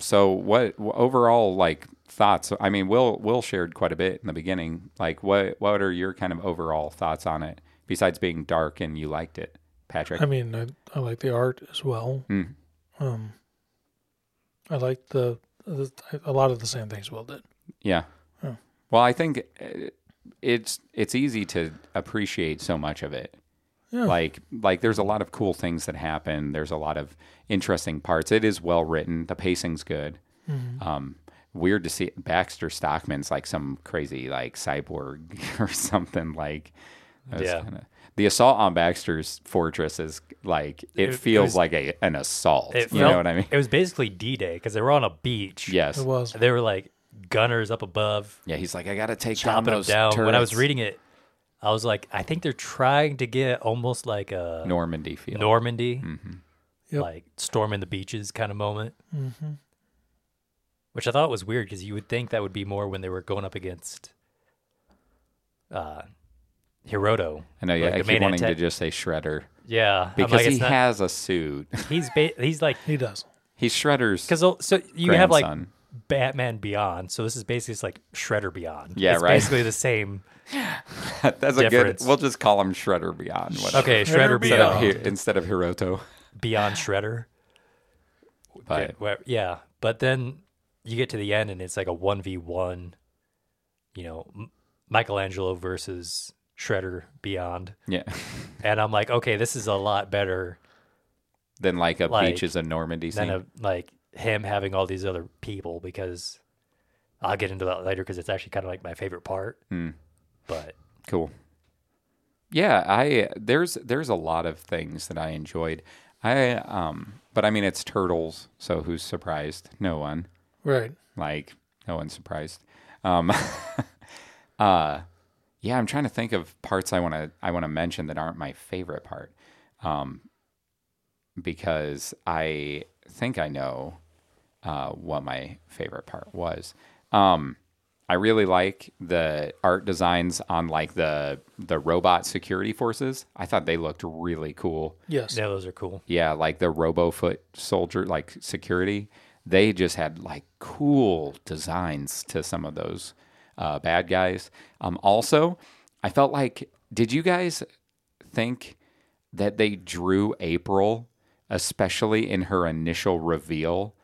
C: so what overall like thoughts? I mean, Will Will shared quite a bit in the beginning. Like what what are your kind of overall thoughts on it besides being dark and you liked it, Patrick?
A: I mean, I, I like the art as well.
C: Mm.
A: Um, I like the, the a lot of the same things Will did.
C: Yeah.
A: Yeah.
C: Well, I think uh, it's it's easy to appreciate so much of it.
A: Yeah.
C: Like like there's a lot of cool things that happen. There's a lot of interesting parts. It is well written. The pacing's good.
A: Mm-hmm.
C: Um, weird to see Baxter Stockman's like some crazy like cyborg or something like. that was
B: Yeah.
C: kinda- the assault on Baxter's fortress is like it,
B: It- it
C: feels
B: was-
C: like a an assault.
B: It
C: you
B: felt-
C: know what I mean?
B: It was basically D Day because they were on a beach.
C: Yes.
A: It was.
B: They were like gunners up above,
C: Yeah, he's like I gotta take down
B: chopping them
C: those
B: down. When I was
C: turrets."
B: reading it, I was like, I think they're trying to get almost like a
C: Normandy Mm-hmm. feel.
B: Normandy,
A: Yep.
B: like storming the beaches kind of moment. Mm-hmm. Which I thought was weird because you would think that would be more when they were going up against uh, Hiroto.
C: I know. Yeah,
B: like
C: I
B: the
C: keep
B: main
C: wanting to
B: anta-
C: just say Shredder
B: Yeah, I'm
C: because
B: like,
C: he
B: it's not-
C: has a suit.
B: he's ba- he's like
A: He does.
C: He's Shredder's.
B: Because so you have like
C: Grandson.
B: Batman Beyond, so this is basically just like Shredder Beyond.
C: Yeah,
B: It's
C: right.
B: Basically the same.
C: That's
B: difference.
C: a good. We'll just call him Shredder Beyond. Whatever.
B: Okay, Shredder,
A: Shredder
C: Instead of,
B: Beyond,
C: Hi- instead of Hiroto,
B: Beyond Shredder.
C: but
B: Where- yeah, but then you get to the end and it's like a one v one. You know, M- Michelangelo versus Shredder Beyond,
C: yeah.
B: and I'm like, okay, this is a lot better
C: then like a
B: Like,
C: beach is a Normandy
B: than
C: scene.
B: a, like him having all these other people because I'll get into that later because it's actually kind of like my favorite part.
C: Hmm.
B: But
C: Cool. Yeah, I there's there's a lot of things that I enjoyed. I um but I mean it's turtles, so who's surprised? No one.
A: Right.
C: Like no one's surprised. Um uh yeah, I'm trying to think of parts I want to I want to mention that aren't my favorite part. Um because I think I know uh, what my favorite part was. Um, I really like the art designs on like the the robot security forces. I thought they looked really cool.
A: Yes.
B: yeah, those are cool.
C: Yeah, like the RoboFoot soldier like security. They just had like cool designs to some of those uh, bad guys. Um, also, I felt like did you guys think that they drew April, especially in her initial reveal,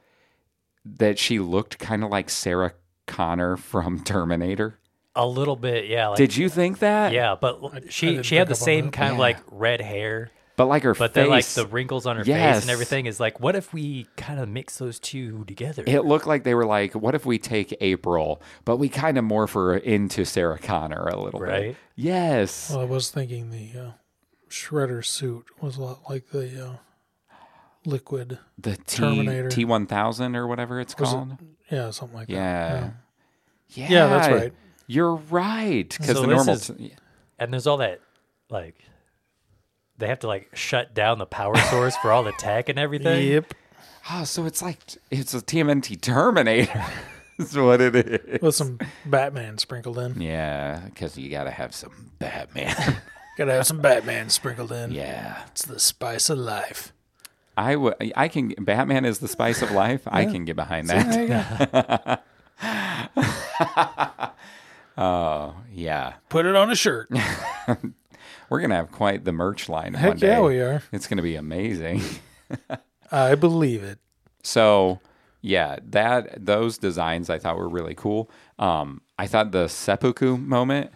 C: that she looked kind of like Sarah Connor from Terminator?
B: A little bit, yeah. Like,
C: Did you think that?
B: yeah, but l- she
A: didn't
B: she had the
A: pick up on
B: same
A: that.
B: kind of like red hair,
C: But like her
B: but
C: face,
B: then like the wrinkles on her face
C: Yes.
B: and everything is like, what if we kind of mix those two together?
C: it looked like they were like, what if we take April, but we kind of morph her into Sarah Connor a little bit?
B: Right.
C: Yes.
A: Well, I was thinking the uh, shredder suit was a lot like the uh, liquid.
C: The T
A: Terminator.
C: T one thousand or whatever it's
A: Was it-
C: called.
A: Yeah, something like
C: Yeah.
A: that.
C: yeah.
A: Yeah, that's right.
C: You're right. Because
B: So
C: the
B: this
C: normal.
B: is-
C: t-
B: and there's all that like they have to like shut down the power source for all the tech and everything.
A: Yep.
C: oh, so it's like it's a TMNT Terminator. is what it is.
A: With some Batman sprinkled in.
C: Yeah, because you gotta have some Batman.
A: Gotta have some Batman sprinkled in.
C: yeah.
A: It's the spice of life.
C: I would. I can. Batman is the spice of life. I can get behind that. oh yeah,
A: Put it on a shirt.
C: we're gonna have quite the merch line one
A: Heck
C: day.
A: yeah, we are.
C: It's gonna be amazing.
A: I believe it.
C: So yeah, that those designs I thought were really cool. Um, I thought the seppuku moment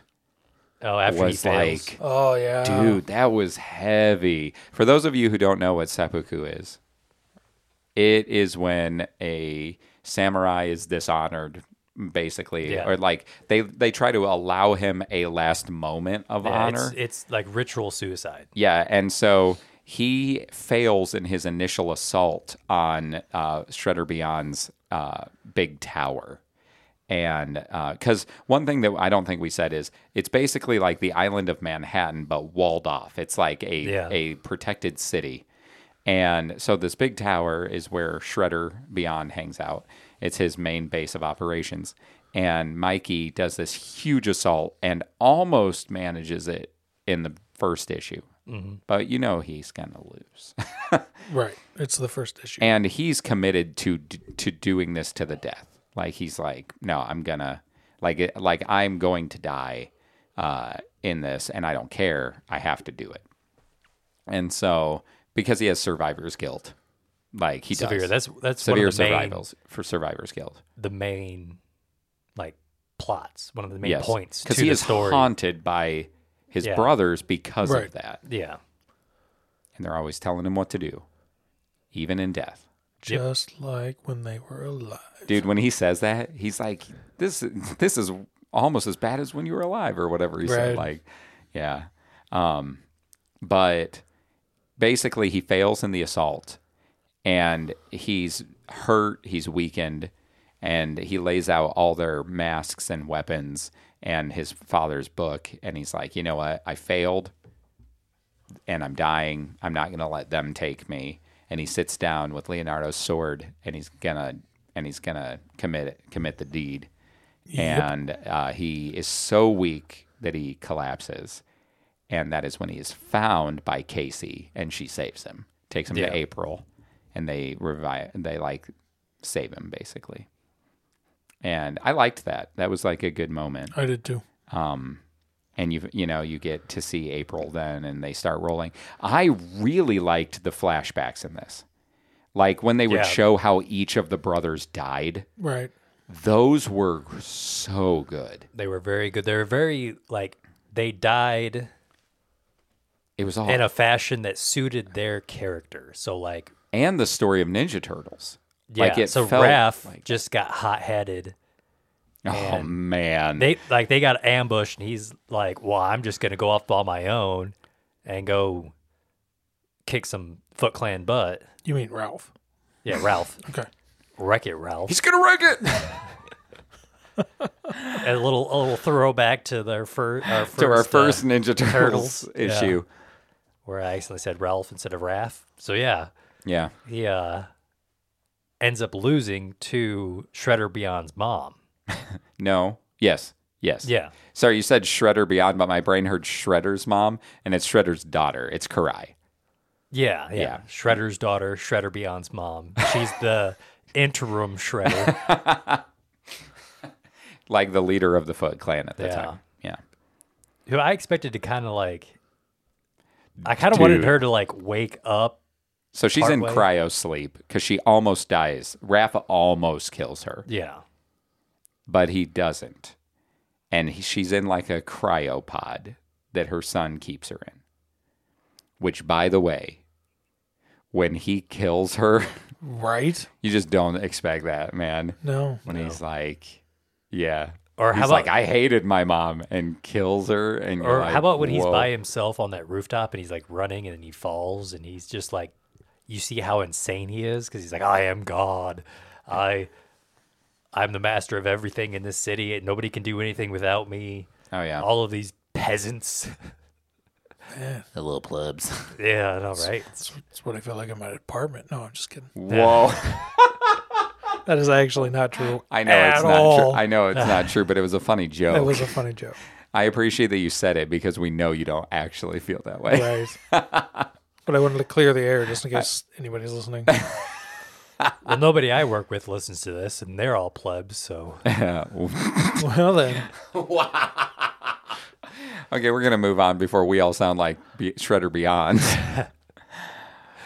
B: Oh, after he
C: was
B: fails.
C: like,
A: Oh yeah.
C: dude, that was heavy. For those of you who don't know what seppuku is, it is when a samurai is dishonored basically
B: Yeah.
C: or like they they try to allow him a last moment of
B: Yeah,
C: honor
B: it's, it's like ritual suicide.
C: Yeah, and so he fails in his initial assault on uh, Shredder Beyond's uh, big tower. And because one thing that I don't think we said is it's basically like the island of Manhattan, but walled off. It's like a
B: Yeah.
C: a protected city. And so this big tower is where Shredder Beyond hangs out. It's his main base of operations. And Mikey does this huge assault and almost manages it in the first issue. But you know he's going to lose.
A: Right. It's the first issue.
C: and he's committed to to doing this to the death. Like he's like, "No, I'm going to like it, like I'm going to die uh in this and I don't care. I have to do it." And so because he has survivor's guilt, like he
B: Severe.
C: does
B: That's that's
C: severe
B: one of the main,
C: survivals for survivor's guilt.
B: the main like plots, one of the main
C: Yes,
B: points to
C: because he
B: the
C: is
B: story.
C: haunted by his
B: Yeah.
C: brothers because
A: Right.
C: of that,
B: yeah,
C: and they're always telling him what to do, even in death.
A: Just like when they were alive.
C: Dude, when he says that, he's like, "This, this is almost as bad as when you were alive," or whatever he said.
A: Right.
C: Like, yeah, um, but basically, he fails in the assault, and he's hurt, he's weakened, and he lays out all their masks and weapons and his father's book, and he's like, "You know what? I failed, and I'm dying. I'm not going to let them take me. And he sits down with Leonardo's sword, and he's gonna and he's gonna commit it, commit the deed. And uh, he is so weak that he collapses, and that is when he is found by Casey, and she saves him, takes him
B: Yeah.
C: to April, and they revive. They like save him basically. And I liked that. That was like a good moment
A: I did too.
C: and you you know you get to see April then and they start rolling. I really liked the flashbacks in this. Like when they would
B: Yeah.
C: show how each of the brothers died,
A: Right.
C: those were so good.
B: they were very good. They were very like they died
C: It was all
B: in a fashion that suited their character. So like
C: and the story of Ninja Turtles.
B: yeah,
C: like it
B: so
C: felt
B: Raph
C: like-
B: just got hot headed
C: Oh man.
B: They like they got ambushed, and he's like, "Well, I'm just gonna go off on my own and go kick some Foot Clan butt."
A: You mean Ralph?
B: Yeah, Ralph,
A: Okay.
B: wreck it, Ralph.
C: He's gonna wreck it
B: a little a little throwback to their fir- our first,
C: to our
B: uh,
C: first Ninja Turtles,
B: Turtles, yeah.
C: issue.
B: where I accidentally said Ralph instead of Raph. So yeah,
C: Yeah.
B: he uh, ends up losing to Shredder Beyond's mom.
C: No. Yes. Yes.
B: Yeah,
C: Sorry, you said Shredder Beyond, but my brain heard Shredder's mom, and it's Shredder's daughter. It's Karai.
B: yeah, yeah.
C: Yeah.
B: Shredder's daughter, Shredder Beyond's mom. She's the interim Shredder.
C: Like the leader of the Foot Clan at the
B: Yeah.
C: time. Yeah.
B: who I expected to kind of like. I kind of wanted
C: Dude.
B: her to like wake up.
C: So she's in
B: Partway.
C: cryo sleep because she almost dies. Rafa almost kills her,
B: Yeah.
C: but he doesn't. And he, she's in like a cryopod that her son keeps her in. Which, by the way, when he kills her,
A: Right?
C: you just don't expect that, man.
A: No.
C: When he's like, yeah.
B: Or
C: he's
B: how
C: like,
B: about-
C: I hated my mom and kills her. And you're
B: Or
C: like,
B: how about when he's
C: "Whoa."
B: by himself on that rooftop and he's like running and then he falls and he's just like, you see how insane he is because he's like, I am God. I, I'm the master of everything in this city and nobody can do anything without me.
C: Oh, yeah.
B: All of these peasants.
C: the little plebs.
B: yeah, I know, right? It's-
A: That's what I feel like in my apartment. No, I'm just kidding.
C: Whoa.
A: That is actually not true.
C: I know
A: at
C: it's not
A: all.
C: true. I know it's not true, but it was a funny joke.
A: That was a funny joke.
C: I appreciate that you said it because we know you don't actually feel that way.
A: Right. but I wanted to clear the air just in case anybody's listening.
B: well, nobody I work with listens to this and they're all plebs. So
A: well, then.
C: okay, we're gonna move on before we all sound like Be- Shredder Beyond.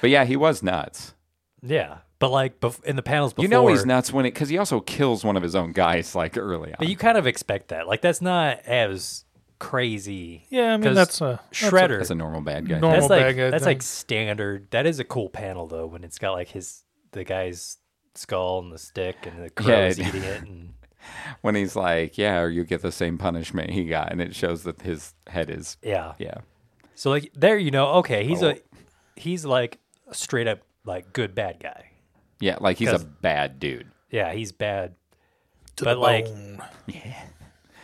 C: but yeah, he was nuts.
B: yeah. But like bef- in the panels before.
C: You know he's nuts when it because he also kills one of his own guys like early on.
B: But you kind of expect that. Like that's not as crazy.
A: Yeah, I mean,
B: 'Cause
A: that's a- that's a-
B: Shredder.
C: That's
B: That's,
C: a normal bad guy.
A: Normal.
B: like
A: bad guy
B: that's
A: thing.
B: like standard. That is a cool panel though when it's got like his the guy's skull and the stick and the crow
C: Yeah,
B: is
C: it-
B: eating it and
C: When he's like, "Yeah, or you get the same punishment he got," and it shows that his head is
B: yeah.
C: yeah. Oh.
B: So like there you know, okay, he's a he's like a straight up like good bad guy.
C: Yeah, like he's a
B: 'Cause-
C: bad dude.
B: Yeah, he's bad.
A: To
B: But,
A: the
B: like,
A: bone.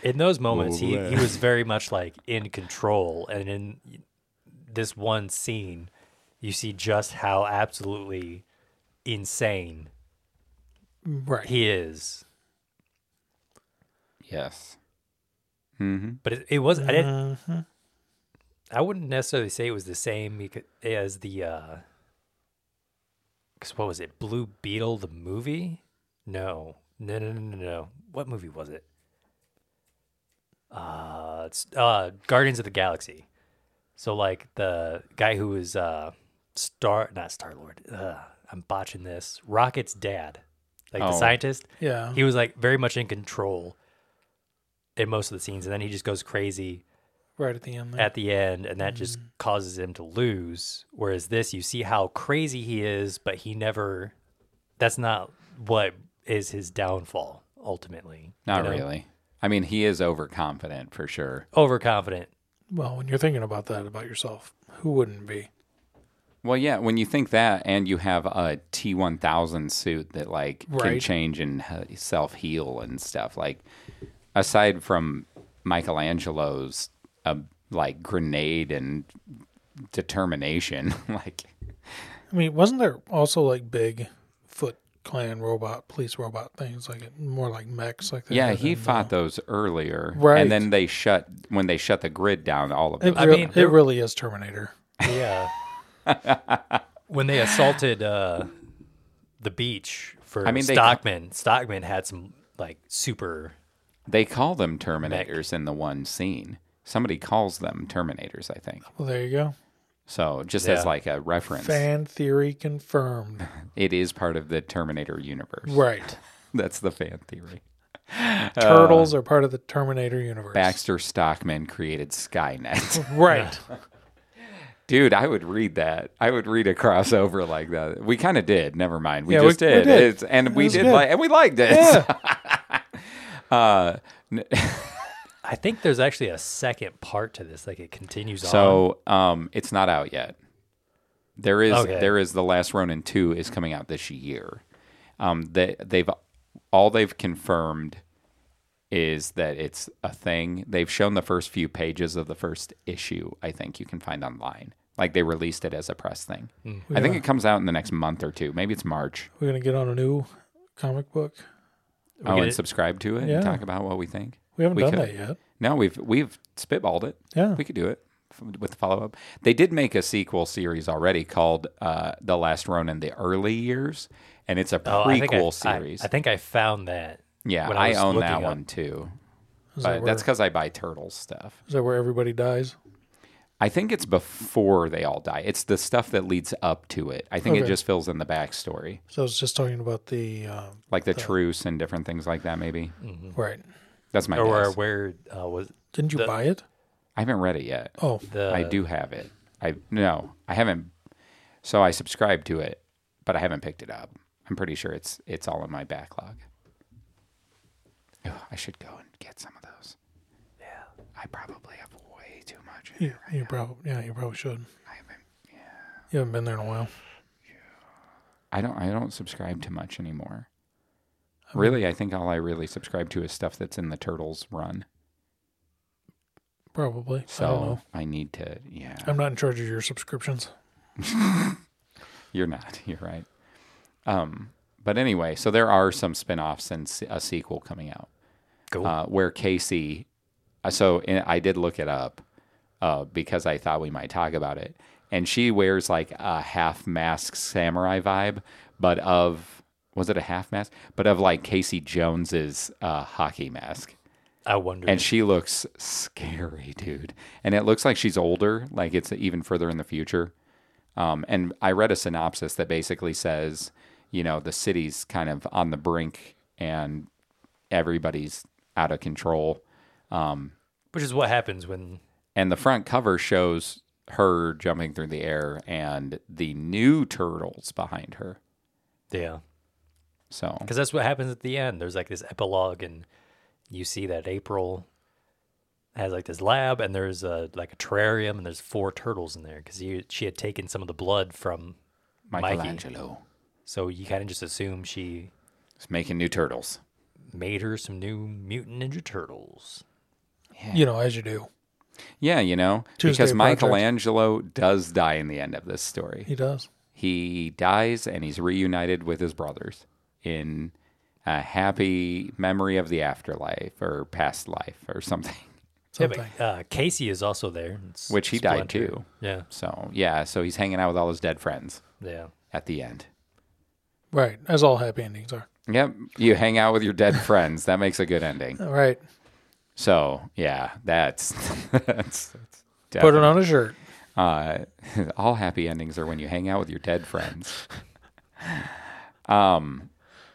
B: In those moments he,
C: Well,
B: he was very much like in control and in this one scene you see just how absolutely insane
A: Right.
B: He is,
C: Yes. Mm-hmm.
B: but it, it was. I didn't. I wouldn't necessarily say it was the same becau- as the. Because what was it? Blue Beetle, the movie? No, no, no, no, no, no. What movie was it? Uh, it's uh, Guardians of the Galaxy. So like the guy who was uh, Star, not Star Lord. Uh, I'm botching this. Rocket's dad, like
C: Oh.
B: the scientist.
A: Yeah.
B: he was like very much in control in most of the scenes and then he just goes crazy
A: right at the end there.
B: at the end and that
C: Mm.
B: just causes him to lose whereas this you see how crazy he is but he never that's not what is his downfall ultimately you
C: Not
B: know?
C: really. I mean, he is overconfident for sure.
B: overconfident
A: well, when you're thinking about that about yourself, who wouldn't be?
C: Well, yeah, when you think that, and you have a T one thousand suit that like can
A: Right.
C: change and self heal and stuff. Like, aside from Michelangelo's uh, like grenade and determination, like
A: I mean, wasn't there also like big Foot Clan robot, police robot things like it, more like mechs like that?
C: yeah, he fought those earlier,
A: Right.
C: And then they shut when they shut the grid down. All of
A: It,
C: those.
A: real-
B: mean,
A: it really is Terminator.
B: yeah when they assaulted uh the beach for
C: I mean, they-
B: stockman stockman had some like super
C: they call them Terminators in the one scene. Somebody calls them Terminators, I think.
A: Well, there you go.
C: So just
B: Yeah.
C: as like a reference,
A: Fan theory confirmed.
C: it is part of the Terminator universe.
A: Right.
C: That's the fan theory. Uh,
A: Turtles are part of the Terminator universe.
C: Baxter Stockman created Skynet.
A: Right.
C: Dude, I would read that. I would read a crossover like that. We kind of did. Never mind. We
A: Yeah, we-
C: just
A: we
C: did.
A: did.
C: It's, and we
A: was
C: did
A: good.
C: like and we liked it.
A: Yeah.
C: Uh, n-
B: I think there's actually a second part to this. Like it continues on.
C: so um, it's not out yet. There is
B: Okay.
C: there is the Last Ronin two is coming out this year. Um, they they've all they've confirmed is that it's a thing. They've shown the first few pages of the first issue. I think you can find online. Like they released it as a press thing.
A: Hmm.
C: I think it comes out in the next month or two. Maybe it's March.
A: We're gonna get on a new comic book.
B: We
C: Oh,
B: get
C: and
B: it-
C: subscribe to it
A: Yeah.
C: and talk about what we think.
A: We haven't
C: We
A: done
C: could.
A: that yet.
C: No, we've we've spitballed it.
A: Yeah.
C: we could do it f- with the follow up. They did make a sequel series already called uh, "The Last Ronin: The Early Years," and it's a
B: oh, I think I-
C: prequel
B: I-
C: series.
B: I, think I found that.
C: yeah,
B: when
C: I,
B: was
C: own that
B: looking up-
C: one too.
A: Is that
C: But
A: where-
C: that's because I buy turtle stuff.
A: Is that where everybody dies?
C: I think it's before they all die. It's the stuff that leads up to it. I think it
A: Okay.
C: just fills in the backstory,
A: So I was just talking about the um,
C: like the truce and different things like that. Maybe
A: right.
C: that's my
B: Mm. Or where,
C: guess.
B: where uh, was
A: Didn't you buy it?
C: I haven't read it yet.
A: Oh,
B: the?
C: I do have it. I no, I haven't. So I subscribed to it, but I haven't picked it up. I'm pretty sure it's it's all in my backlog. Ugh, I should go and get some of those. Yeah, I probably have way too much.
A: you, you probably yeah, you probably should.
C: I haven't.
A: You haven't been there in a while.
C: I don't. I don't subscribe to much anymore. Really, I think all I really subscribe to is stuff that's in the Turtles run.
A: Probably. I don't know.
C: So I, need to. Yeah,
A: I'm not in charge of your subscriptions.
C: You're not. You're right. Um, but anyway, so there are some spin-offs and s- a sequel coming out.
B: Cool.
C: Uh, where Casey, uh, so and I did look it up uh, because I thought we might talk about it. And she wears like a half mask samurai vibe, but of was it a half mask? But of like Casey Jones's uh, hockey mask.
B: I wonder.
C: And she looks scary, dude. And it looks like she's older, like it's even further in the future. Um, and I read a synopsis that basically says, you know, the city's kind of on the brink and everybody's out of control.
B: which is what happens when
C: And the front cover shows her jumping through the air and the new turtles behind her.
B: yeah,
C: So
B: because that's what happens at the end. There's like this epilogue, and you see that April has like this lab, and there's a like a terrarium, and there's four turtles in there because she had taken some of the blood from Mikey.
C: Michelangelo
B: So you kind of just assume she
C: is making new turtles.
B: made her some new mutant ninja turtles.
A: You know, as you do.
C: Yeah, you know,
A: Tuesday
C: because
A: Project.
C: Michelangelo does die in the end of this story.
A: He does.
C: he dies and he's reunited with his brothers in a happy memory of the afterlife or past life or something
B: Yeah,
A: Something.
B: but, uh, Casey is also there, It's
C: which he died
B: Splinter.
C: too
B: Yeah,
C: so yeah so he's hanging out with all his dead friends
B: yeah.
C: at the end
A: Right. As all happy endings are.
C: yep you hang out with your dead friends that makes a good ending
A: All right.
C: so yeah that's that's, that's
A: Put it
C: definite-
A: on a shirt.
C: uh, all happy endings are when you hang out with your dead friends. um,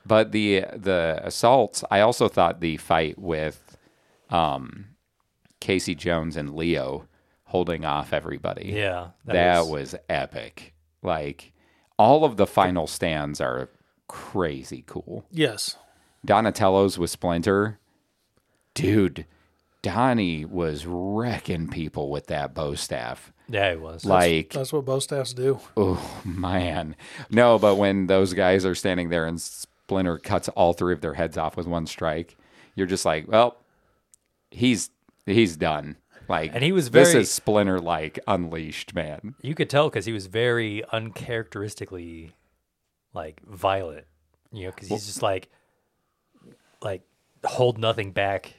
C: but the the assaults, I also thought the fight with um, Casey Jones and Leo holding off everybody.
B: Yeah,
C: that, was... epic. Like all of the final stands are crazy cool.
A: Yes.
C: Donatello's with Splinter, dude. Donnie was wrecking people with that bow staff.
B: yeah, it was.
C: Like
A: That's what bow staffs do.
C: Oh man, no! But when those guys are standing there and Splinter cuts all three of their heads off with one strike, you're just like, well, he's he's done. Like,
B: And he was
C: this
B: very-
C: is Splinter like unleashed, man.
B: you could tell because he was very uncharacteristically like violent you know because he's just like like hold nothing back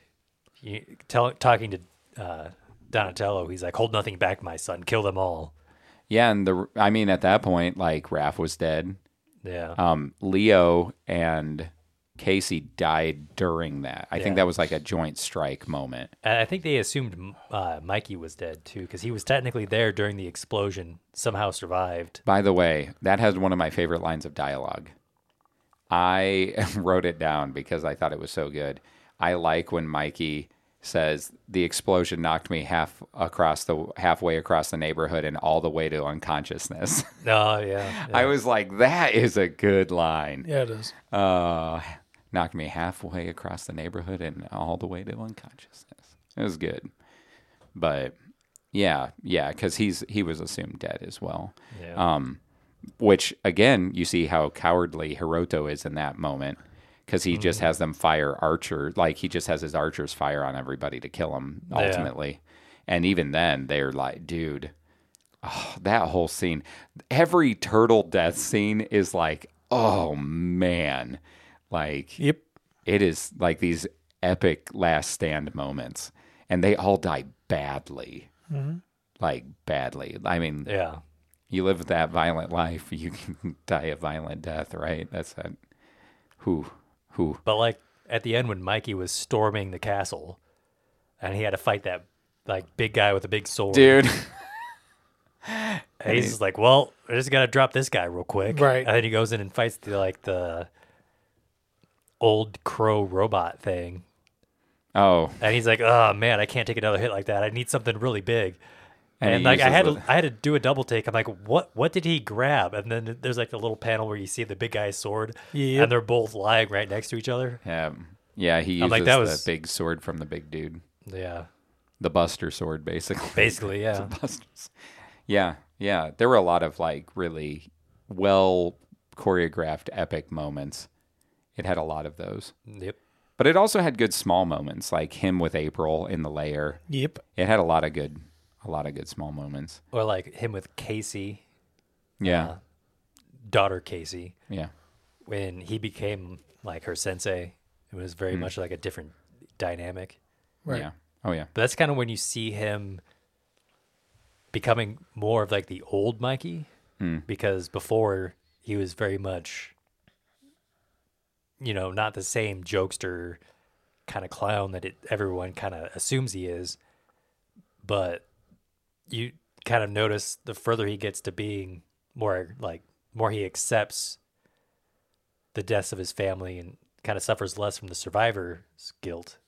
B: you, tell, talking to uh, donatello he's like hold nothing back my son kill them all
C: Yeah, and the I mean, at that point, like Raph was dead.
B: yeah
C: Um, Leo and Casey died during that. I
B: Yeah.
C: think that was like a joint strike moment.
B: and i think they assumed uh, mikey was dead too because he was technically there during the explosion somehow survived
C: By the way, that has one of my favorite lines of dialogue. I wrote it down because I thought it was so good. I like when Mikey says the explosion knocked me half across the halfway across the neighborhood and all the way to unconsciousness.
B: oh yeah, yeah.
C: I was like, that is a good line.
A: Yeah, it is.
C: Uh, knocked me halfway across the neighborhood and all the way to unconsciousness. It was good, but yeah, yeah, because he's he was assumed dead as well.
B: Yeah.
C: Um, which again, you see how cowardly Hiroto is in that moment because he just has them fire archer, like he just has his archers fire on everybody to kill him
B: Yeah.
C: ultimately. And even then, they're like, dude, oh, that whole scene, every turtle death scene is like, oh man, like
A: Yep.
C: it is like these epic last stand moments, and they all die badly. Like badly. I mean,
B: yeah.
C: you live that violent life, you can die a violent death, right? That's a who, who.
B: But like at the end when Mikey was storming the castle and he had to fight that like big guy with a big sword.
C: Dude,
B: and he's just like, Well, I just gotta drop this guy real quick.
A: Right.
B: And then he goes in and fights the like the old crow robot thing.
C: oh,
B: And he's like, Oh man, I can't take another hit like that. I need something really big.
C: And
B: And,
C: he
B: like I
C: uses
B: had
C: the-
B: to, I had to do a double take. I'm like, what what did he grab? And then there's like the little panel where you see the big guy's sword,
A: Yep.
B: and they're both lying right next to each other.
C: yeah, yeah. He uses
B: I'm like, that was-
C: the big sword from the big dude,
B: Yeah,
C: the Buster sword, basically.
B: basically, yeah.
C: Busters. Yeah, yeah. There were a lot of like really well choreographed epic moments. It had a lot of those.
B: Yep.
C: But it also had good small moments like him with April in the lair.
A: Yep.
C: It had a lot of good a lot of good small moments.
B: Or like him with Casey,
C: Yeah.
B: daughter Casey,
C: yeah.
B: when he became like her sensei. It was very much like a different dynamic.
A: Right.
C: Yeah. Oh yeah.
B: But that's kind of when you see him becoming more of like the old Mikey, because before he was very much, you know, not the same jokester kind of clown that it, everyone kind of assumes he is. But you kind of notice the further he gets to being more like more he accepts the deaths of his family and kind of suffers less from the survivor's guilt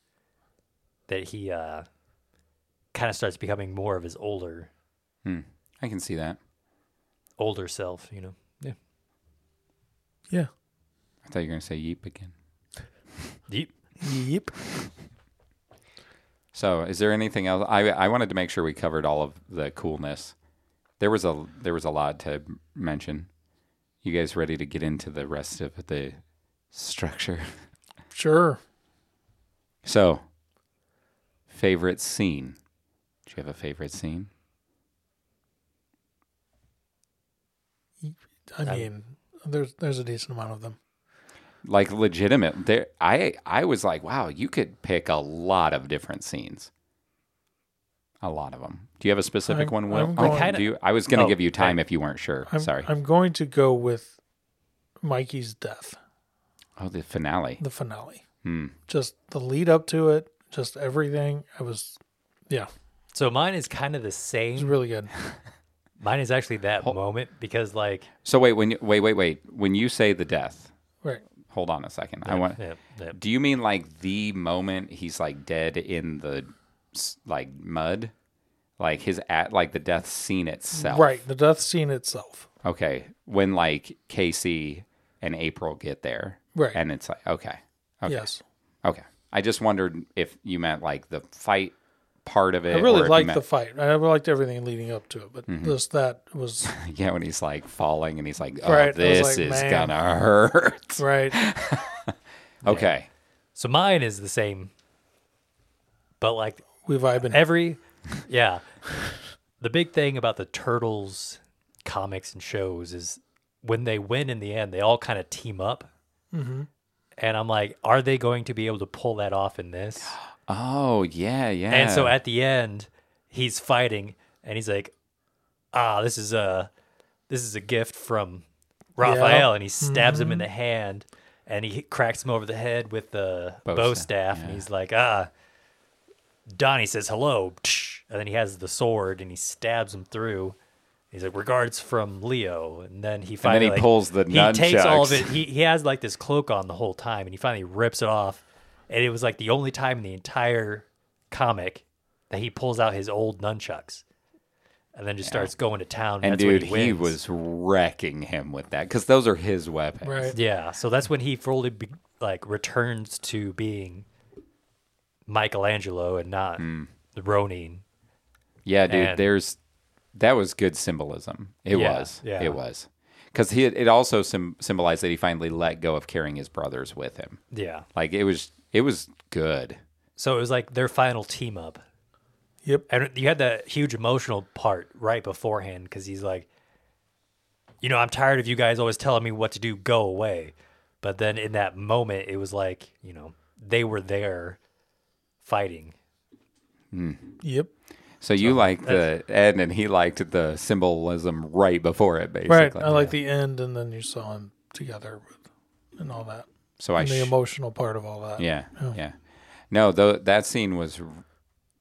B: that he uh kind of starts becoming more of his older
C: I can see that.
B: older self you know yeah
A: Yeah.
C: I thought you were gonna say yeep again.
B: Deep.
A: Yep.
C: So is there anything else I I wanted to make sure we covered all of the coolness. There was a there was a lot to mention. You guys ready to get into the rest of the structure?
A: Sure.
C: So, favorite scene. Do you have a favorite scene?
A: I mean, there's there's a decent amount of them.
C: Like legitimate. There I I was like, wow, you could pick a lot of different scenes. A lot of them. Do you have a specific
A: I'm-
C: one,
A: I'm
C: Will?
A: going-
C: oh,
B: Kinda-
C: do you, I was going to
B: Oh,
C: give you time
B: I-
C: if you weren't sure.
A: I'm,
C: Sorry.
A: I'm going to go with Mikey's death,
C: oh, the finale.
A: the finale.
C: Hmm.
A: Just the lead up to it, just everything. I was, yeah,
B: so mine is kind of
A: it
B: the
A: was
B: same
A: really good.
B: mine is actually that moment because like
C: So wait, when you, wait, wait, wait. When you say the death,
A: Right.
C: hold on a second. I want.
B: yeah, yeah.
C: Do you mean like the moment he's like dead in the s- like mud, like his at like the death scene itself?
A: Right. The death scene itself.
C: Okay. When like Casey and April get there.
A: Right.
C: And it's like, okay. Okay.
A: Yes.
C: Okay. I just wondered if you meant like the fight part of it. Mm-hmm.
A: I really
C: or if you
A: liked
C: meant,
A: the fight. I liked everything leading up to it, but just that was
C: Yeah, when he's like falling and he's like, oh,
A: Right, I was
C: this
A: like,
C: is
A: man.
C: gonna hurt.
A: right.
C: Okay.
B: so mine is the same but like
A: We vibing.
B: every yeah the big thing about the turtles comics and shows is when they win in the end they all kind of team up and i'm like are they going to be able to pull that off in this
C: Oh yeah, yeah.
B: and so at the end he's fighting and he's like ah this is a this is a gift from raphael and he stabs him in the hand and he cracks him over the head with the
C: Bow
B: bow,
C: staff,
B: staff and he's like ah Donnie says hello, psh, and then he has the sword and he stabs him through. He's like, "Regards from Leo," and then he finally
C: he
B: like,
C: pulls the
B: he takes all of
C: nunchucks.
B: it. He he has like this cloak on the whole time, and he finally rips it off. And it was like the only time in the entire comic that he pulls out his old nunchucks. and then just starts going to town.
C: And
B: that's
C: dude,
B: when
C: he,
B: he,
C: was
B: wins.
C: wrecking him with that because those are his weapons.
A: Right.
B: Yeah, so that's when he fully be, like returns to being Michelangelo and not
C: Hmm.
B: the Ronin.
C: Yeah, dude.
B: And-
C: there's that was good symbolism. It
B: Yeah,
C: was.
B: yeah.
C: It was because he it also sym symbolized that he finally let go of carrying his brothers with him.
B: Yeah.
C: Like it was. It was good.
B: So it was like their final team up.
A: Yep.
B: And you had that huge emotional part right beforehand because he's like, you know, I'm tired of you guys always telling me what to do, go away. But then in that moment, it was like, you know, they were there fighting.
A: Yep.
C: So you liked the end, and he liked the symbolism right before it, basically.
A: Right. I like the end, and then you saw him together with, and all that,
C: So I
A: and the
C: sh-
A: emotional part of all that.
C: Yeah, yeah. No, though that scene was,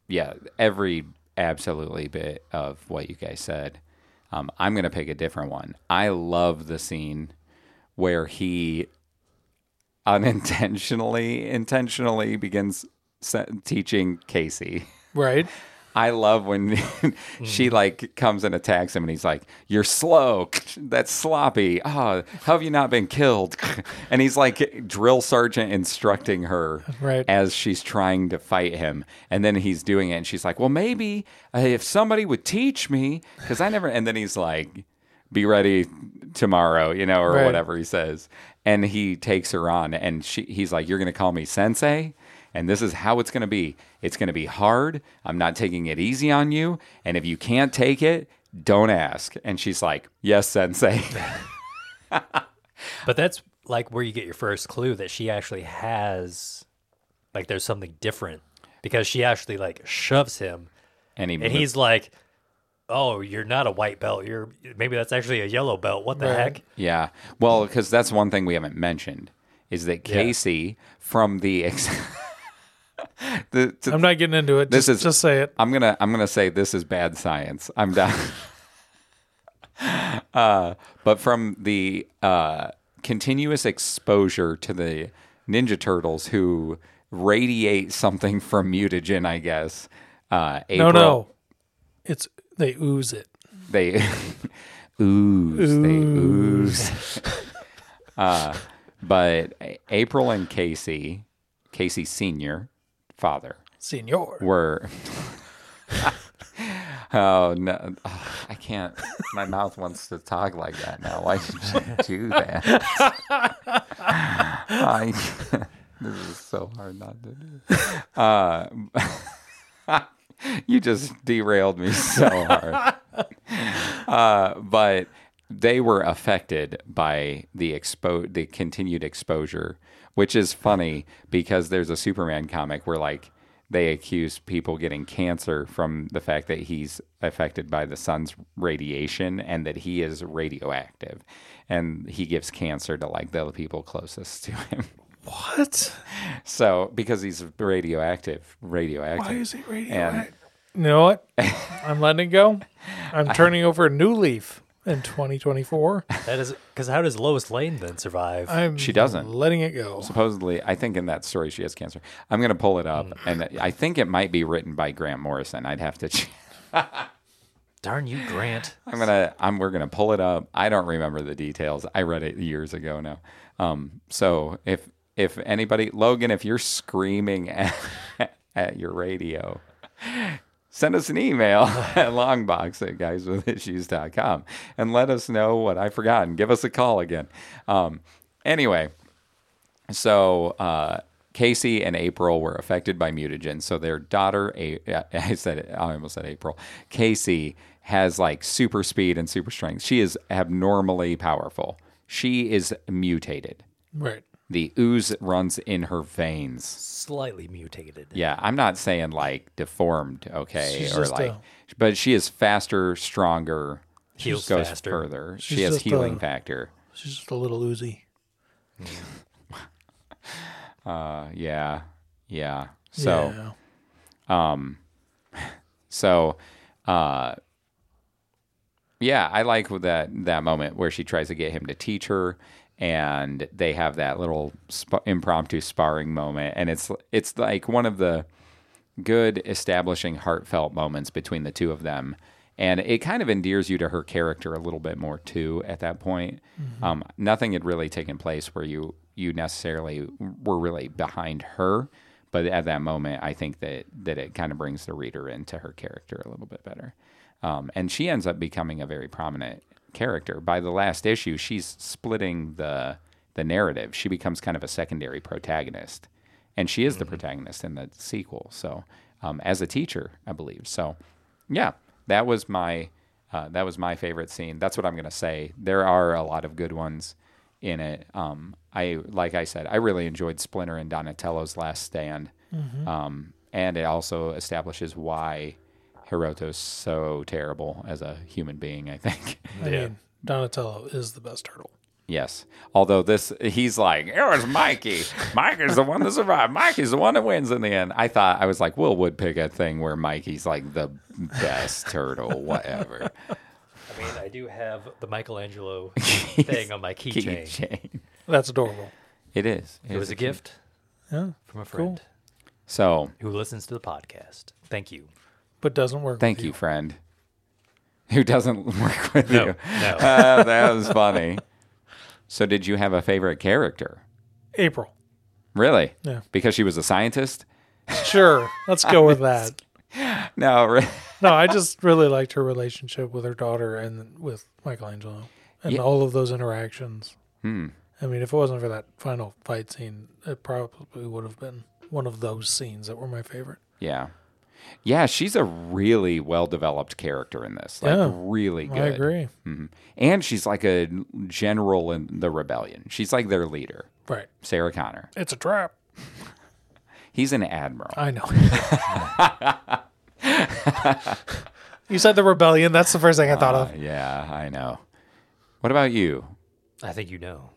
C: yeah, every absolutely bit of what you guys said. Um, I'm gonna pick a different one. I love the scene where he unintentionally, intentionally begins se- teaching Casey.
A: Right.
C: I love when she like comes and attacks him, and he's like, "You're slow. That's sloppy. Ah, how have you not been killed?" and he's like drill sergeant instructing her
A: Right.
C: as she's trying to fight him, and then he's doing it, and she's like, "Well, maybe uh, if somebody would teach me, because I never." And then he's like, "Be ready tomorrow," you know, or
A: Right.
C: whatever he says, and he takes her on, and she, he's like, "You're gonna call me sensei." and this is how it's going to be. It's going to be hard. I'm not taking it easy on you. And if you can't take it, don't ask. And she's like, Yes, sensei.
B: But that's like where you get your first clue that she actually has, like, there's something different because she actually, like, shoves him
C: And, he
B: and he's like, "Oh, you're not a white belt. You're maybe that's actually a yellow belt. What the heck?"
C: Yeah. Well, because that's one thing we haven't mentioned is that Casey from the. Ex- the to-
A: I'm not getting into it.
C: This
A: Just,
C: is-
A: just say it.
C: I'm gonna I'm gonna say this is bad science. I'm done. uh, but from the uh, continuous exposure to the Ninja Turtles who radiate something from mutagen, I guess. Uh,
A: No,
C: April,
A: no. It's they ooze it.
C: They ooze. They ooze. uh, but A- April and Casey, Casey Senior, father,
A: Senor.
C: were. oh no! Ugh, I can't. My mouth wants to talk like that now. Why did you do that? I, this is so hard not to do. Uh, you just derailed me so hard. Uh, but they were affected by the expo- the continued exposure, which is funny because there's a Superman comic where like they accuse people getting cancer from the fact that he's affected by the sun's radiation and that he is radioactive and he gives cancer to like the people closest to him.
A: What?
C: So because he's radioactive,
A: Why
C: radioactive.
A: is it radioactive? You know what? I'm letting it go. I'm turning over a new leaf in 2024.
B: That is because how does Lois Lane then survive?
A: I'm
C: She doesn't.
A: letting it go.
C: Supposedly, I think in that story she has cancer. I'm going to pull it up, and I think it might be written by Grant Morrison. I'd have to. Ch-
B: Darn you, Grant.
C: I'm gonna. I'm. We're gonna pull it up. I don't remember the details. I read it years ago now. Um. So if if anybody, Logan, if you're screaming at, at your radio, send us an email at longbox at guyswithissues.com and let us know what I forgot and give us a call again. Um. Anyway. So uh, Casey and April were affected by mutagen. So their daughter, a- I said, I almost said April. Casey has like super speed and super strength. She is abnormally powerful. She is mutated.
A: Right.
C: The ooze runs in her veins.
B: Slightly mutated.
C: Yeah, I'm not saying like deformed, okay,
A: She's
C: or
A: just uh,
C: like,
A: a-
C: but she is faster, stronger. She
B: Heals
C: goes
B: faster.
C: further. she
A: She's
C: has
A: just uh, a-
C: healing factor.
A: She's just a little oozy.
C: Uh, yeah, yeah. So.
A: Yeah.
C: So, uh, yeah, I like that that moment where she tries to get him to teach her, and they have that little sp- impromptu sparring moment, and it's it's like one of the good establishing heartfelt moments between the two of them, and it kind of endears you to her character a little bit more too at that point. Um, nothing had really taken place where you you necessarily were really behind her, but at that moment, I think that that it kind of brings the reader into her character a little bit better, um, and she ends up becoming a very prominent character. By the last issue, she's splitting the the narrative. She becomes kind of a secondary protagonist, and she is the protagonist in the sequel. So, um, as a teacher, I believe. So, yeah, that was my uh, that was my favorite scene. That's what I'm gonna say. There are a lot of good ones in it. Um, I like I said, I really enjoyed Splinter and Donatello's Last Stand, um, and it also establishes why Hiroto's so terrible as a human being. I think.
A: I mean, Donatello is the best turtle.
C: Yes. Although this, he's like, it was Mikey. Mikey's the one that survived. Mikey's the one that wins in the end. I thought, I was like, Will would pick a thing where Mikey's like the best turtle, whatever.
B: I mean, I do have the Michelangelo thing on my keychain.
C: Keychain.
A: That's adorable.
C: It is.
B: It was a gift
A: Yeah,
B: from a friend
C: So
B: who listens to the podcast. Thank you.
A: but doesn't work.
C: thank
A: with
C: you, friend, who doesn't work with
B: No,
C: you.
B: no.
C: Uh, that was funny. So, did you have a favorite character?
A: April.
C: Really?
A: Yeah.
C: Because she was a scientist?
A: Sure, let's go with that.
C: No, really.
A: No, I just really liked her relationship with her daughter and with Michelangelo and
C: Yeah. Hmm.
A: all of those interactions. I mean, if it wasn't for that final fight scene, it probably would have been one of those scenes that were my favorite.
C: Yeah. Yeah, she's a really well developed character in this. Like,
A: Yeah.
C: really good.
A: I agree.
C: Mhm. And she's like a general in the rebellion. She's like their leader,
A: Right.
C: Sarah Connor.
A: It's a trap.
C: He's an admiral.
A: I know. you said the rebellion. That's the first thing I thought of.
C: yeah, I know. What about you?
B: I think you know.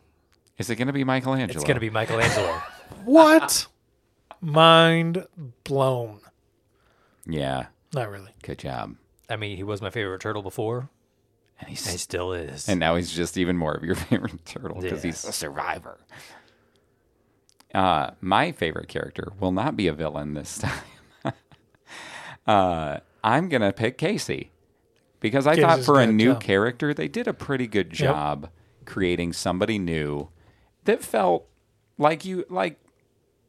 C: Is it going to be Michelangelo?
B: It's going to be Michelangelo.
A: What? Mind blown.
C: Yeah,
A: Not really.
C: good job.
B: I mean, he was my favorite turtle before,
C: And
B: and he
C: he's
B: still is.
C: and now he's just even more of your favorite turtle because
B: Yeah.
C: he's a survivor. Uh, my favorite character will not be a villain this time. uh, I'm gonna pick Casey because I thought
A: Casey's
C: for a
A: good,
C: new
A: yeah.
C: character they did a pretty good job creating somebody new that felt like you like